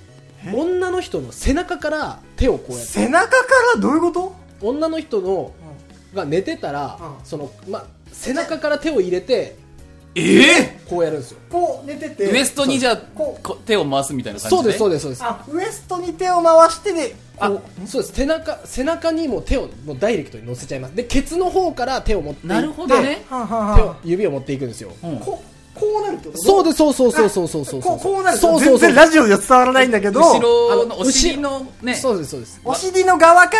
Speaker 2: え
Speaker 3: 女の人の背中から手をこうやって
Speaker 2: 背中からどういうこと
Speaker 3: 女の人のが寝てたら、
Speaker 2: うん
Speaker 3: そのま、背中から手を入れて
Speaker 1: ええ
Speaker 3: こうやるんですよ
Speaker 2: こう寝てて
Speaker 1: ウエストにじゃあ
Speaker 2: こう
Speaker 1: こ手を回すみたいな感じで
Speaker 3: そうですそう
Speaker 1: で
Speaker 3: ですそうです
Speaker 2: あウエストに手を回してで
Speaker 3: あ
Speaker 2: こ
Speaker 3: そうです背中背中にもう手をもうダイレクトに乗せちゃいますでケツの方から手を持っていって
Speaker 1: なるほどね
Speaker 2: うはんはん
Speaker 3: 手を
Speaker 2: は
Speaker 3: 指を持っていくんですよ
Speaker 1: うん
Speaker 2: んこうこうなるってこと
Speaker 3: そうですすそうそうそうそうそうそう
Speaker 2: こうこうなる
Speaker 3: そうそ
Speaker 2: 全
Speaker 3: うそう
Speaker 2: 然ラジオでは伝わらないんだけど
Speaker 1: 後ろ
Speaker 3: あ
Speaker 1: の
Speaker 3: の
Speaker 1: お尻のね (laughs)
Speaker 3: そうですそうです
Speaker 2: お尻の側か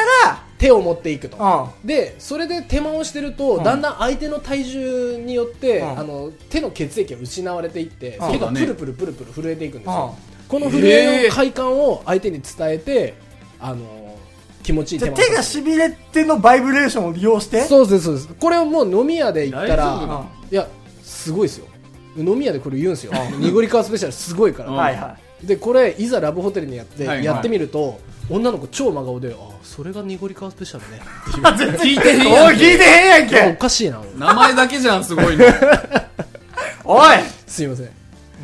Speaker 3: 手を持っていくと
Speaker 2: ら
Speaker 3: でそれで手間をしてると、
Speaker 2: うん
Speaker 3: だんだん相手の体重によって、
Speaker 2: うん
Speaker 3: あの手の血液が失われていって
Speaker 2: うん
Speaker 3: 手が
Speaker 1: そうだね
Speaker 3: プルプルプルプル震えていくんですよ、この震えの快感を相手に伝えて、あの気持ちいい
Speaker 2: じゃあ
Speaker 3: も
Speaker 2: 手がしびれてのバイブレーションを利用して
Speaker 3: そうですそうですこれをもう飲み屋で行った
Speaker 1: 大丈夫な
Speaker 3: ら
Speaker 1: の
Speaker 3: いやすごいですよ飲み屋でこれ言うんですよ濁り川スペシャルすごいから、
Speaker 1: うん
Speaker 2: はいはい
Speaker 3: でこれいざラブホテルにやって、
Speaker 1: はいはい
Speaker 3: やってみると女の子超真顔で「あそれが濁り川スペシャルね」
Speaker 1: 聞いてへん
Speaker 2: お
Speaker 1: や
Speaker 2: い
Speaker 1: ん
Speaker 2: 聞いてへんやん
Speaker 3: いやお
Speaker 2: け
Speaker 3: かしいな
Speaker 1: 名前だけじゃん、すごいの。
Speaker 2: おい
Speaker 3: すいません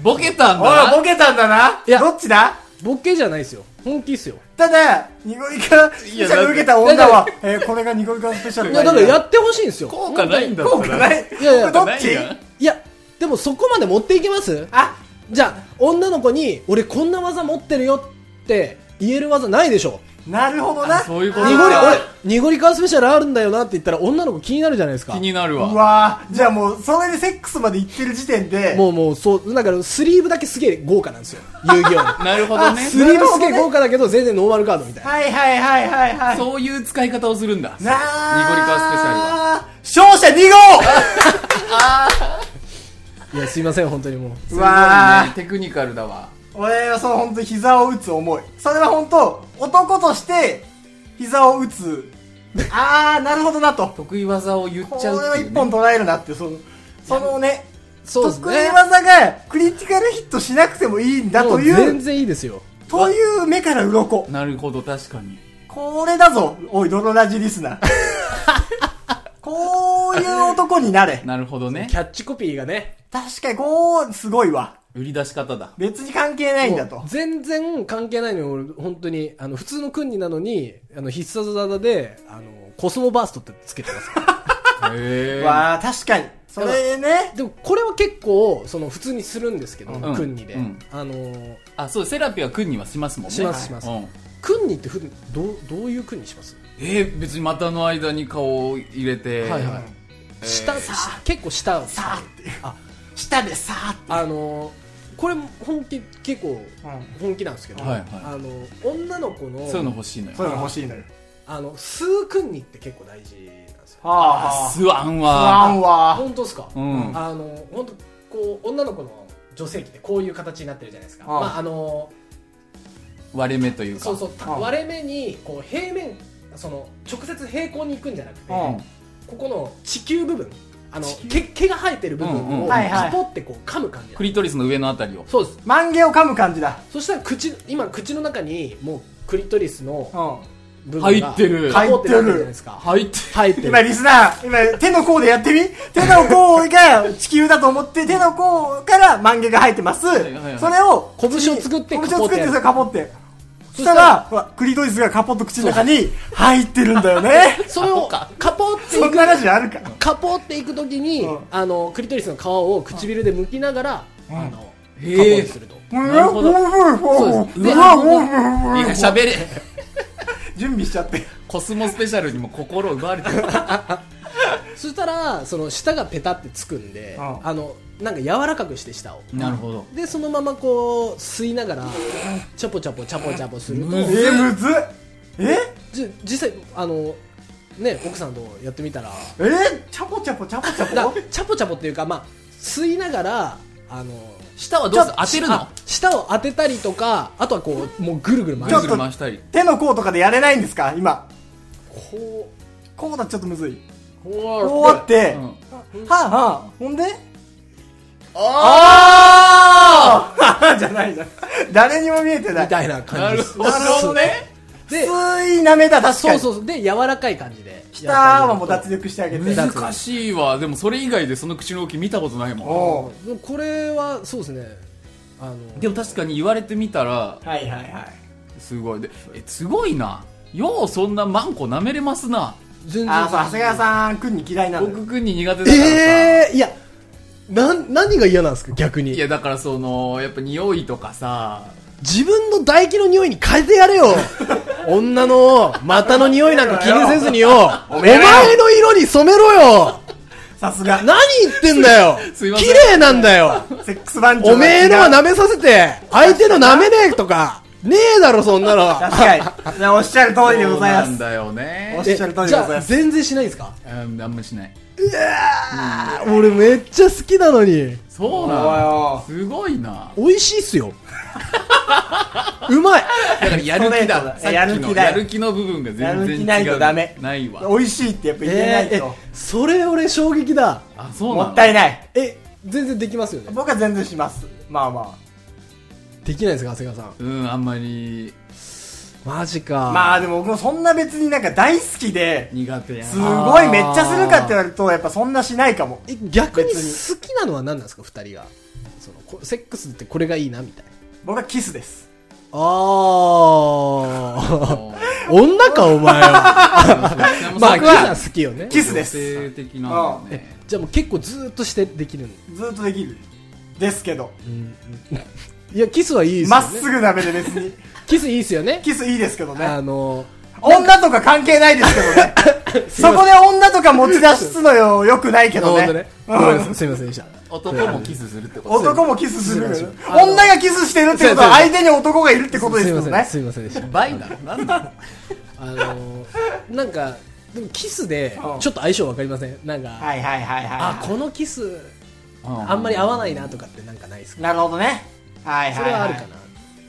Speaker 1: ボケたんだ
Speaker 2: おい
Speaker 1: な
Speaker 2: ボケたんだない
Speaker 3: や
Speaker 2: どっちだ
Speaker 3: ボケじゃないですよ本気ですよ
Speaker 2: ただ濁りからスペシャル受けた女はえーこれが濁りからスペシャル
Speaker 3: いやだからや
Speaker 2: っ
Speaker 3: ってほしいんですよ
Speaker 1: 効果ないんだっ
Speaker 2: こう
Speaker 1: た。
Speaker 2: からない
Speaker 3: いやいや
Speaker 2: これどっ
Speaker 1: ない
Speaker 2: ち
Speaker 1: やん
Speaker 3: いやでもそこまで持っていけます
Speaker 2: あ
Speaker 3: じゃあ女の子に「俺こんな技持ってるよ」って言える技ないでしょ
Speaker 2: なるほどな
Speaker 1: あそういうこと
Speaker 2: あー
Speaker 3: 濁り俺濁り川スペシャルあるんだよなって言ったら女の子気になるじゃないですか
Speaker 1: 気になる
Speaker 2: う
Speaker 1: わ。
Speaker 2: わーじゃあもうそれでセックスまで行ってる時点で
Speaker 3: もうもうそうだからスリーブだけすげえ豪華なんですよ遊戯王の
Speaker 1: なるほどね
Speaker 3: ス。リーブすげえ豪華だけど全然ノーマルカードみたいな
Speaker 2: はいはいはいはいはい
Speaker 1: そういう使い方をするんだ。
Speaker 2: な
Speaker 1: 濁り川スペシャルは。
Speaker 2: スペシャル勝者2号
Speaker 3: いやすいません本当にもう
Speaker 1: す
Speaker 2: う
Speaker 1: ごい
Speaker 2: わ
Speaker 1: ね。テクニカルだわ。
Speaker 2: 俺はその本当に膝を打つ思い。それは本当、男として、膝を
Speaker 1: (laughs)
Speaker 2: 打つ。あー、なるほどなと。
Speaker 1: 得意技を言っ
Speaker 2: こ
Speaker 1: ち
Speaker 2: れ
Speaker 1: ゃう
Speaker 2: は
Speaker 1: ってい
Speaker 2: 一
Speaker 1: う、
Speaker 2: 本
Speaker 1: ね。
Speaker 2: 捉えるなって、その、そのね、
Speaker 3: そうです
Speaker 2: 得意
Speaker 3: ね
Speaker 2: 技がクリティカルヒットしなくてもいいんだ
Speaker 3: も
Speaker 2: と
Speaker 3: う
Speaker 2: い
Speaker 3: 全
Speaker 2: う、
Speaker 3: 然いいですよ
Speaker 2: という目から鱗。
Speaker 1: なるほど、確かに。
Speaker 2: これだぞ、おい、泥ラジ
Speaker 1: (laughs)
Speaker 2: リスナー。こういう男になれ。
Speaker 1: なるほどね
Speaker 3: キ。ャッチコピーがね
Speaker 2: 確かに、こう、すごいわ。
Speaker 1: 売り出し方
Speaker 2: (laughs)
Speaker 1: だ。
Speaker 2: 別に関係ないんだと
Speaker 3: もう。全然関係ないのよ俺本当にあの普通の訓になのにあの必殺技であのコスモバーストってつけてます
Speaker 1: へー
Speaker 2: わあ確かに。それね。
Speaker 3: でもこれは結構その普通にするんですけど、
Speaker 1: うん
Speaker 3: 訓にで、
Speaker 1: うん
Speaker 3: あの
Speaker 1: あ、そう、セラピーは君にはしますもんね。
Speaker 3: しますします
Speaker 1: うん
Speaker 3: 訓にってふどうどういう訓にします
Speaker 1: えー別に股の間に顔を入れて、
Speaker 3: はいはい下、結構下
Speaker 2: さあって。
Speaker 3: あ
Speaker 2: 下でさあって。
Speaker 3: あのーこれも本気結構
Speaker 2: うん
Speaker 3: 本気なんですけど、
Speaker 1: はいはい
Speaker 3: あのー女の子の
Speaker 1: そういうの欲しいのよ
Speaker 2: そういうの欲しいのよ。
Speaker 3: あの吸う訓にって結構大事なんですよ
Speaker 2: は
Speaker 1: スワン
Speaker 2: あ。あ
Speaker 1: は
Speaker 2: んわ。
Speaker 3: 本当ですか、
Speaker 1: うん
Speaker 3: あのー本当こう女の子の女性器ってこういう形になってるじゃないですか
Speaker 2: ああ
Speaker 3: まああの
Speaker 1: 割れ目とい
Speaker 3: ー
Speaker 1: うか
Speaker 3: そうそう
Speaker 2: ああ
Speaker 3: 割れ目にこう平面その直接平行に行くんじゃなくて、
Speaker 2: うん
Speaker 3: ここの地球部分あの
Speaker 2: 地球
Speaker 3: 毛毛が生えてる部
Speaker 1: うんうん
Speaker 3: 分を
Speaker 2: はいはい
Speaker 3: カポってこう噛む感じなんですよ
Speaker 1: クリトリスの上のあたりを
Speaker 3: そうです
Speaker 2: 万華を噛む感じだ。
Speaker 3: そしたら口今口の中にもうクリトリスの
Speaker 2: う
Speaker 3: 部分
Speaker 1: 入
Speaker 3: が
Speaker 1: ってる
Speaker 3: カポってなってるじゃないですか
Speaker 1: 入って
Speaker 3: 入って
Speaker 2: ん。今、
Speaker 3: る
Speaker 2: リスナー、今、手の甲でやってみ手の甲が地球だと思って、手の甲から万華が入ってます。そ
Speaker 1: いはいはい
Speaker 2: れを、
Speaker 3: 拳を作って
Speaker 2: 口に拳を作って、それかぽって。そ
Speaker 3: そ
Speaker 2: し
Speaker 3: したた
Speaker 2: ら、
Speaker 3: ら
Speaker 2: ほらクリトリスがカポッと口の中に入ってるんだよね。
Speaker 3: それをカポって
Speaker 2: そ
Speaker 3: い
Speaker 2: んな
Speaker 3: く
Speaker 2: ラジオあるか。
Speaker 3: カポっていくときに
Speaker 2: うん
Speaker 3: あのクリトリスの皮を唇で剥きながらあのカポ
Speaker 1: へえ
Speaker 3: にすると
Speaker 1: なるほど
Speaker 2: そう
Speaker 3: ですで
Speaker 1: いや喋れ
Speaker 2: 準備しちゃって。
Speaker 1: コスモスペシャルにも心を奪われてる
Speaker 3: そしたらその舌がペタってつくんで
Speaker 2: うん
Speaker 3: あのなんか柔らかくして舌を
Speaker 1: なるほど
Speaker 3: でそのままこう吸いながらチャポチャポチャポチャポすると
Speaker 1: む
Speaker 2: えー、むずっえ
Speaker 3: じ実際あのね奥さんとやってみたら
Speaker 2: えー、チャポチャポチャポチャ
Speaker 3: だ
Speaker 2: ポ
Speaker 3: チャポチャポっていうか、まあ、吸いながらあの
Speaker 1: 舌はどうする当てるの
Speaker 3: あ舌を当てたりとかあとはこうもうぐるぐる回
Speaker 1: ぐる
Speaker 3: る
Speaker 1: ぐる回したり
Speaker 2: 手の甲とかでやれないんですか今。
Speaker 3: こ
Speaker 2: こうだとちょっとむずい。
Speaker 3: う
Speaker 2: こうあって、
Speaker 1: うん
Speaker 2: はあはあ、ほんで
Speaker 1: あ
Speaker 2: ああ (laughs) じゃないじゃん。誰にも見えてない。
Speaker 3: み
Speaker 2: す
Speaker 3: たいな
Speaker 1: あな
Speaker 3: 感
Speaker 1: る
Speaker 3: じです
Speaker 1: ほどね
Speaker 3: で
Speaker 2: いなめだ、確か
Speaker 3: そう
Speaker 2: に。
Speaker 3: そうそうで柔らかい感じで
Speaker 2: 下はもう脱力してあげて。
Speaker 3: 脱
Speaker 1: 難しいわでもそれ以外でその口の動き見たことないもん
Speaker 2: おう
Speaker 3: でもこれはそうですねあの
Speaker 1: でも確かに言われてみたら
Speaker 2: はいはいはい。
Speaker 1: すごいでえすごいなようそんなマンコ舐めれますな
Speaker 3: 全
Speaker 2: あー、そう、長谷川さん、くんに嫌いなのよ。
Speaker 1: 僕くんに苦手だからさ、
Speaker 3: ええー、いやなん何が嫌なんですか逆に
Speaker 1: いやだからそのやっぱ匂いとかさ
Speaker 3: 自分の唾液の匂いに変えてやれよ女の股の匂いなんか気にせずによお
Speaker 2: めえ
Speaker 3: 前
Speaker 2: らよ
Speaker 3: の色に染めろよ
Speaker 2: さすが。
Speaker 3: 何言ってんだよ
Speaker 1: すいません
Speaker 3: 綺麗なんだよ
Speaker 2: セックス番長
Speaker 3: おめえのは舐めさせて相手の舐めねえとかねえだろそんなの
Speaker 2: 確かに。いやおっしゃる通りでございま
Speaker 1: そうなん
Speaker 2: す。
Speaker 1: だよね
Speaker 2: おっ
Speaker 3: え
Speaker 2: しゃる通りでございます
Speaker 3: じゃあ全然しないんですか
Speaker 1: うんあんましない
Speaker 3: あー俺めっちゃ好きなのに
Speaker 1: そう
Speaker 2: おい
Speaker 1: なの
Speaker 2: おい
Speaker 1: すごいな
Speaker 3: 美味しいっすようまい (laughs)
Speaker 1: だからやる気だ。
Speaker 2: ス
Speaker 1: さっ
Speaker 2: ト
Speaker 1: きの
Speaker 2: レートだ
Speaker 1: やる気
Speaker 2: やる気だ
Speaker 1: の
Speaker 2: よ
Speaker 1: 部分が
Speaker 2: や
Speaker 1: 全
Speaker 2: る
Speaker 1: 然違
Speaker 2: 気
Speaker 1: う。
Speaker 2: ないとダメ
Speaker 1: ないわ。
Speaker 2: 美味しいってやっぱ言えない
Speaker 3: えー
Speaker 2: と
Speaker 3: えそれ俺衝撃だ
Speaker 1: あ、そう
Speaker 2: も
Speaker 1: なんだ
Speaker 2: ったいない
Speaker 3: え全然できますよね
Speaker 2: 僕は全然しますまあま
Speaker 3: できないですか長谷川さん
Speaker 1: うん、あんまり
Speaker 3: マジ
Speaker 2: あ
Speaker 3: か
Speaker 2: まあでも僕もそんな別になんか大好きで
Speaker 1: 苦手や
Speaker 2: すごいめっちゃするかって言われるとやっぱそんなしないかも
Speaker 3: え逆に
Speaker 2: 別に
Speaker 3: 好きなのは何なんですか二人がそのこセックスってこれがいいなみたいな
Speaker 2: 僕はキスです
Speaker 3: あー (laughs) 女かお前 (laughs) はまあ
Speaker 1: 僕
Speaker 3: キ
Speaker 1: は、
Speaker 3: スは好きよね
Speaker 2: キスです
Speaker 1: 女性的なんだよね。
Speaker 3: じゃあもう結構ずーっとしてできるん
Speaker 2: ずっとできるですけど
Speaker 3: いやキスはいいですよ
Speaker 2: ま
Speaker 3: ね
Speaker 2: っすぐダメで別
Speaker 3: (laughs)
Speaker 2: に
Speaker 3: キスいいですよね
Speaker 2: キスいいですけどね
Speaker 3: あの
Speaker 2: 女とか関係ないですけど
Speaker 3: (laughs)
Speaker 2: ねそこで女とか持ち出すのよよくないけど
Speaker 3: なるほ
Speaker 2: ね
Speaker 3: どねごめん (laughs) なさいすいませんでした
Speaker 1: 男もキスするってこと
Speaker 2: 男もキスする
Speaker 3: すいません
Speaker 2: 女がキスしてるってことは
Speaker 3: すい
Speaker 2: 相手に男がいるってことです
Speaker 3: い
Speaker 2: よ
Speaker 3: ません
Speaker 2: ね
Speaker 3: すいませんでした
Speaker 1: バイなのなんだろ
Speaker 3: あのーなんかでもキスで
Speaker 2: うん
Speaker 3: ちょっと相性わかりませんなんか
Speaker 2: はいはいはいはい
Speaker 3: あこのキス
Speaker 1: う
Speaker 3: あんまり合わないなとかってなんかないですか
Speaker 2: なるほどねはい
Speaker 3: そ
Speaker 2: はい
Speaker 3: れ
Speaker 2: い
Speaker 3: はあるかな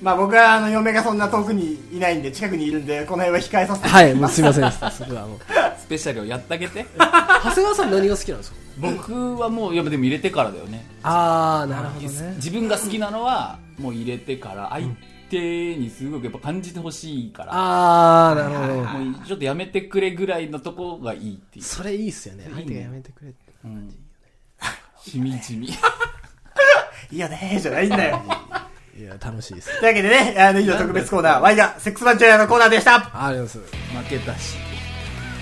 Speaker 2: まあ僕はあの嫁がそんな遠くにいないんで近くにいるんでこの辺は控えさせて
Speaker 3: はいもうすいませんでしたそこはもう
Speaker 1: スペシャルをやってあげて。
Speaker 3: 長谷川さん何が好きなんですか
Speaker 1: 僕はもう、やっぱでも入れてからだよね。
Speaker 3: ああなるほどね
Speaker 1: 自分が好きなのは、もう入れてから、相手にすごくやっぱ感じてほしいから、
Speaker 3: ああなるほど
Speaker 1: もうちょっとやめてくれぐらいのとこがいいっていう。
Speaker 3: それいいっすよ
Speaker 1: い
Speaker 3: ね
Speaker 1: いね
Speaker 3: 相手がやめてくれって
Speaker 1: しみじみ。
Speaker 2: いいよねじゃないんだよ (laughs)
Speaker 3: いや楽しいです
Speaker 2: というわけでねあの以上特別コーナーワイがセックスマンチュアのコーナーでした
Speaker 3: ありがとうござい
Speaker 1: 負けたし。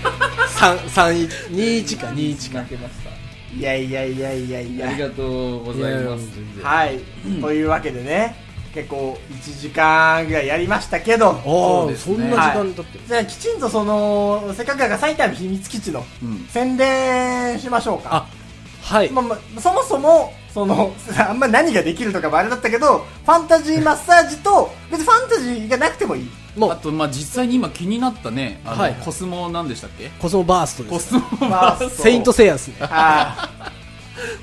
Speaker 3: ます三三一二一か二一か
Speaker 1: 負けました。
Speaker 2: いやいやいやいやいや
Speaker 1: ありがとうございます。
Speaker 2: はいというわけでね結構1時間ぐらいやりましたけど
Speaker 3: お
Speaker 1: そう
Speaker 3: お
Speaker 1: です
Speaker 3: そ
Speaker 1: ね
Speaker 3: んな時間経ってる
Speaker 2: じゃあきちんとそのせっかくだから埼玉秘密基地の
Speaker 1: うん
Speaker 2: 宣伝しましょうか、
Speaker 3: あはい
Speaker 2: まあまあ、そもそも、その、あんま何ができるとかもあれだったけど、ファンタジーマッサージと、別にファンタジーがなくてもいい。
Speaker 3: も
Speaker 1: あ
Speaker 3: う
Speaker 1: と、まあ、実際に今気になったね、あの
Speaker 3: はい
Speaker 1: コスモなんでしたっけ
Speaker 3: コスモバーストです
Speaker 1: コスモ
Speaker 2: バ
Speaker 1: バ
Speaker 2: ー
Speaker 1: ー
Speaker 2: ス
Speaker 1: ス
Speaker 2: ト
Speaker 1: ト。
Speaker 3: セイントセイヤですね
Speaker 2: は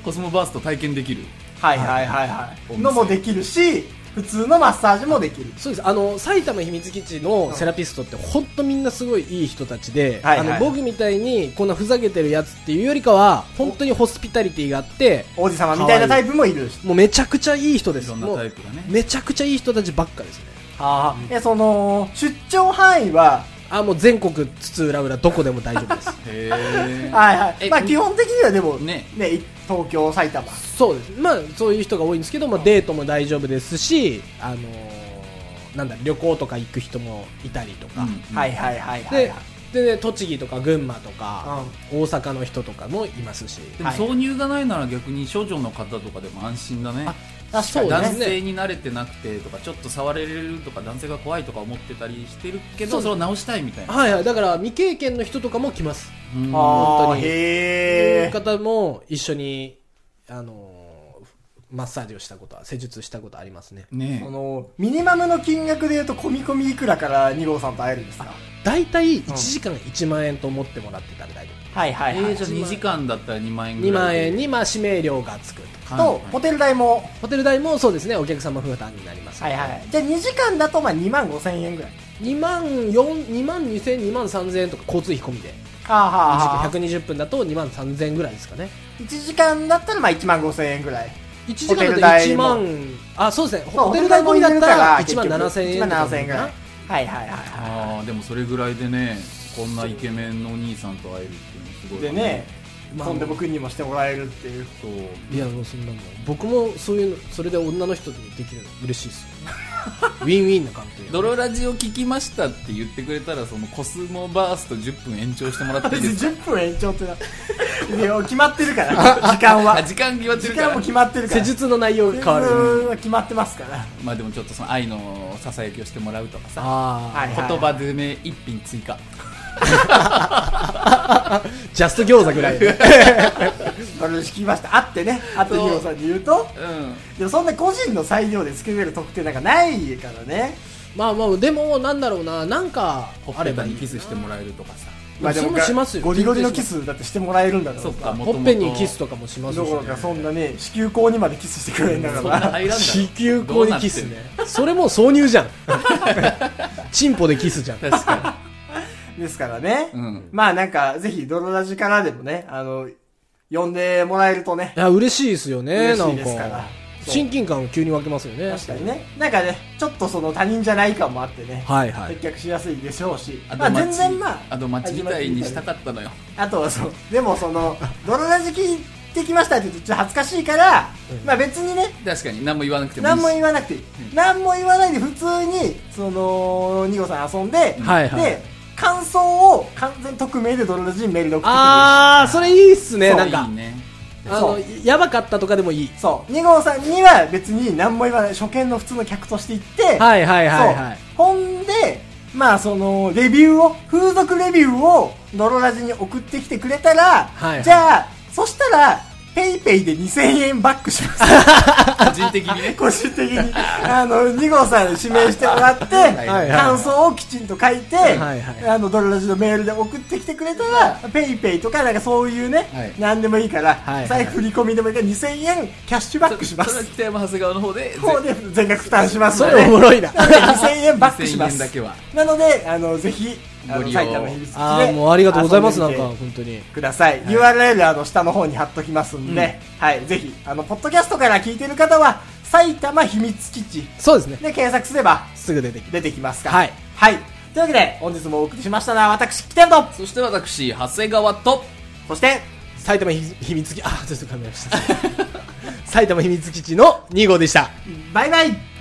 Speaker 1: コスモバースト体験できる。
Speaker 2: い。はいはいはいはい。
Speaker 1: お店
Speaker 2: のもできるし、普通のマッサージもできる。
Speaker 3: そうですあの埼玉秘密基地のセラピストって本当みんなすごいいい人たちで、
Speaker 2: はいはい
Speaker 3: あの僕みたいにこんなふざけてるやつっていうよりかは本当にホスピタリティがあって
Speaker 2: 王子様みたいなタイプもいるし。
Speaker 3: もうめちゃくちゃいい人で
Speaker 1: い
Speaker 3: す
Speaker 1: ろんな
Speaker 3: もう
Speaker 1: タイプがね
Speaker 3: めちゃくちゃいい人たちばっかですね
Speaker 2: はあ。で、その、出張範囲は、
Speaker 3: あもう全国津々浦々どこでも大丈夫です
Speaker 1: へえ。
Speaker 2: はいはい。
Speaker 1: え
Speaker 2: まあ基本的にはでも、ね
Speaker 1: ね、
Speaker 2: 東京、埼玉。
Speaker 3: (laughs) そうですまあそういう人が多いんですけど、まあ、デートも大丈夫ですしあのーなんだ旅行とか行く人もいたりとか、
Speaker 2: はいはいはいはい
Speaker 3: で
Speaker 2: はい。
Speaker 3: でね、栃木とか群馬とか、大阪の人とかもいますし
Speaker 1: でも
Speaker 2: はい
Speaker 1: 挿入がないなら逆に少女の方とかでも安心だね
Speaker 3: あ
Speaker 2: 確か
Speaker 3: そう
Speaker 2: に
Speaker 3: ですね
Speaker 1: 男性に慣れてなくてとかちょっと触れるとか男性が怖いとか思ってたりしてるけ
Speaker 3: そう
Speaker 1: どそれを直したいみたいな
Speaker 3: はいはい、だから未経験の人とかも来ます。
Speaker 1: うん
Speaker 2: あ
Speaker 3: 本当
Speaker 2: あ、
Speaker 3: に
Speaker 2: へ
Speaker 3: い
Speaker 2: え
Speaker 3: う。方も一緒に、あのーマッサージをしたことは、施術したことありますね。
Speaker 1: ね
Speaker 2: その、ミニマムの金額で言うと、込み込みいくらから二郎さんと会えるんですか
Speaker 3: 大体1時間1万円と思ってもらってたら大丈
Speaker 2: はいは
Speaker 1: ええーじゃあ2時間だったら2万円
Speaker 3: 夫。
Speaker 1: ぐ
Speaker 3: 2
Speaker 1: ら
Speaker 3: 万
Speaker 1: い
Speaker 3: 円に、まあ、指名料がつく
Speaker 2: と、
Speaker 3: と。
Speaker 1: はい
Speaker 2: ホテル代も、
Speaker 3: ホテル代もそうですね、お客様負担になります。
Speaker 2: はいはい。じゃあ2時間だと、まあ2万5千円ぐらい。
Speaker 3: 2万4、2万2千、2万3千円とか交通費込みで。
Speaker 2: ああはあ。
Speaker 3: 120分だと2万3千円ぐらいですかね。
Speaker 2: 1時間だったら、まあ1万5千円ぐらい。
Speaker 3: 1時間だと1
Speaker 2: ホテ
Speaker 3: 万、あ、そうですね。
Speaker 2: まあ
Speaker 3: ホテル代込みだったら1万7千円
Speaker 2: 1万
Speaker 3: とかかな。
Speaker 2: 7千円ぐらい。はいはいはいは
Speaker 1: ああでもそれぐらいでねこんなイケメンのお兄さんと会えるっていうのすご
Speaker 2: い。
Speaker 1: い
Speaker 2: でね、
Speaker 3: まあ
Speaker 2: とんでも君にもしてもらえるって (laughs) いう。
Speaker 1: そう
Speaker 3: いやもうそんなもん僕もそういうのそれで女の人にできるの嬉し
Speaker 2: (laughs)
Speaker 3: いですよ、ね、ウィンウィンな関係
Speaker 1: ドロラジを聞きましたって言ってくれたらそのコスモバースト10分延長してもらっていいですか
Speaker 2: 10分延長って (laughs) な。いや決まってるから、 (laughs) 時間は
Speaker 1: あ。時間決まって
Speaker 2: 時
Speaker 1: るか
Speaker 2: 間
Speaker 1: ら
Speaker 2: も決まってるか
Speaker 3: 施
Speaker 2: ら。
Speaker 3: 術の内容が変わる
Speaker 2: は決まってますから。
Speaker 1: まあでもちょっとその愛のささやきをしてもらうとかさ
Speaker 3: ああ、
Speaker 2: はいはい
Speaker 1: 言葉詰め一品追加
Speaker 3: ジャスト餃子
Speaker 2: (laughs)
Speaker 3: ぐらい
Speaker 2: 私聞きました。会ってね、会って二郎さんに言うと、
Speaker 1: うん
Speaker 2: でもそんな個人の裁量で作れる特典なんかないからね。
Speaker 3: まあまあでもなんだろうななんか
Speaker 1: ほっ
Speaker 3: あれ
Speaker 1: ぺ
Speaker 3: ば
Speaker 1: た
Speaker 3: いい
Speaker 1: にキスしてもらえるとかさ
Speaker 2: まあで
Speaker 3: それもしますよ
Speaker 2: ゴリゴリのキスだってしてもらえるんだから
Speaker 1: そっか
Speaker 3: ほっぺにキスとかもしますし、
Speaker 2: どころかそんなね子宮口にまでキスしてくれるんだ
Speaker 1: そん
Speaker 2: か
Speaker 1: な
Speaker 2: ら
Speaker 1: 入らんだろ
Speaker 3: 子宮口にキスねそれもう挿入
Speaker 2: (laughs)
Speaker 3: じゃんチンポでキスじゃん
Speaker 1: どうなってんの確か
Speaker 2: ですからね、
Speaker 1: に、うん、
Speaker 2: まあなんかぜひ泥ラジからでもねあの呼んでもらえるとね
Speaker 3: いや嬉しいですよね
Speaker 2: 嬉しいです
Speaker 3: な
Speaker 2: か
Speaker 3: んから
Speaker 2: そう
Speaker 3: 親近感を急に湧きますよね
Speaker 2: 確かにねなんかねちょっとその他人じゃない感もあってね、
Speaker 3: はいはい
Speaker 2: 接客しやすいでしょうし
Speaker 1: あ
Speaker 2: まあ
Speaker 1: と
Speaker 2: 全
Speaker 1: 街
Speaker 2: 然まあ
Speaker 1: あと街みたいにしたかったのよ
Speaker 2: あとはそうでもその泥ラジ聞いてきましたって言うとちょっと恥ずかしいから、
Speaker 3: うん
Speaker 2: まあ別にね
Speaker 1: 確かに何も言わなくてもいいし
Speaker 2: 何も言わなくていい、何も言わないで普通にそのニゴさん遊んで、
Speaker 3: はいはい
Speaker 2: で感想を完全匿名でドロラジにメールで送ってくれる
Speaker 3: あーそれいいっすね
Speaker 2: そう
Speaker 3: なんか
Speaker 1: いいね
Speaker 3: あの
Speaker 2: そう
Speaker 3: やばかったとかでもいい
Speaker 2: そう二号さんには別に何も言わない初見の普通の客として行って、
Speaker 3: (laughs) はいはいはいはい
Speaker 2: そうほんでまあそのレビューを風俗レビューをドロラジに送ってきてくれたら、
Speaker 3: はいはい
Speaker 2: じゃあそしたらペイペイで2000円バックします
Speaker 1: 個人的にね
Speaker 2: 個人的に、あの、二号さんに指名してもらって、
Speaker 1: い
Speaker 3: はい
Speaker 2: 感想をきちんと書いて、
Speaker 3: はいはい
Speaker 2: あの、ドロラジのメールで送ってきてくれたら、ペイペイとか、なんかそういうね、
Speaker 1: はい
Speaker 2: 何でもいいから、
Speaker 3: はいはい
Speaker 2: 財布振り込みでもいいから、2000円キャッシュバックし
Speaker 1: (laughs)
Speaker 2: ま
Speaker 1: それは
Speaker 2: す。
Speaker 1: 北山長谷川の方で
Speaker 2: こうで全額負担します
Speaker 3: そ
Speaker 2: の
Speaker 3: れ
Speaker 2: で、
Speaker 3: おもろいな
Speaker 2: なので2000円バックしま
Speaker 1: 2000円だ
Speaker 2: す
Speaker 1: け。は
Speaker 2: なので、あの、ぜひ、あ
Speaker 1: ご
Speaker 2: の、
Speaker 1: 利用
Speaker 2: 埼玉秘密基地で。
Speaker 3: (laughs) ああもうありがとうございます
Speaker 2: 遊
Speaker 3: なんん
Speaker 2: で
Speaker 3: か
Speaker 2: みて
Speaker 3: 本当に
Speaker 2: ください、URL あの下の方に貼っときますんで、はい、ぜひ、あの、ポッドキャストから聞いてる方は、埼玉秘密基地
Speaker 3: そうですね
Speaker 2: で検索すれば
Speaker 3: すぐ出てきて
Speaker 2: 出てきますから。
Speaker 3: はい。
Speaker 2: はい。というわけで、本日もお送りしましたのは、私、キテンと、
Speaker 1: そして私長谷川と
Speaker 2: そして、
Speaker 3: 埼玉ひ秘 (laughs) 密基地あちょっと噛みました埼玉秘密基地の2号でした
Speaker 2: バイバイ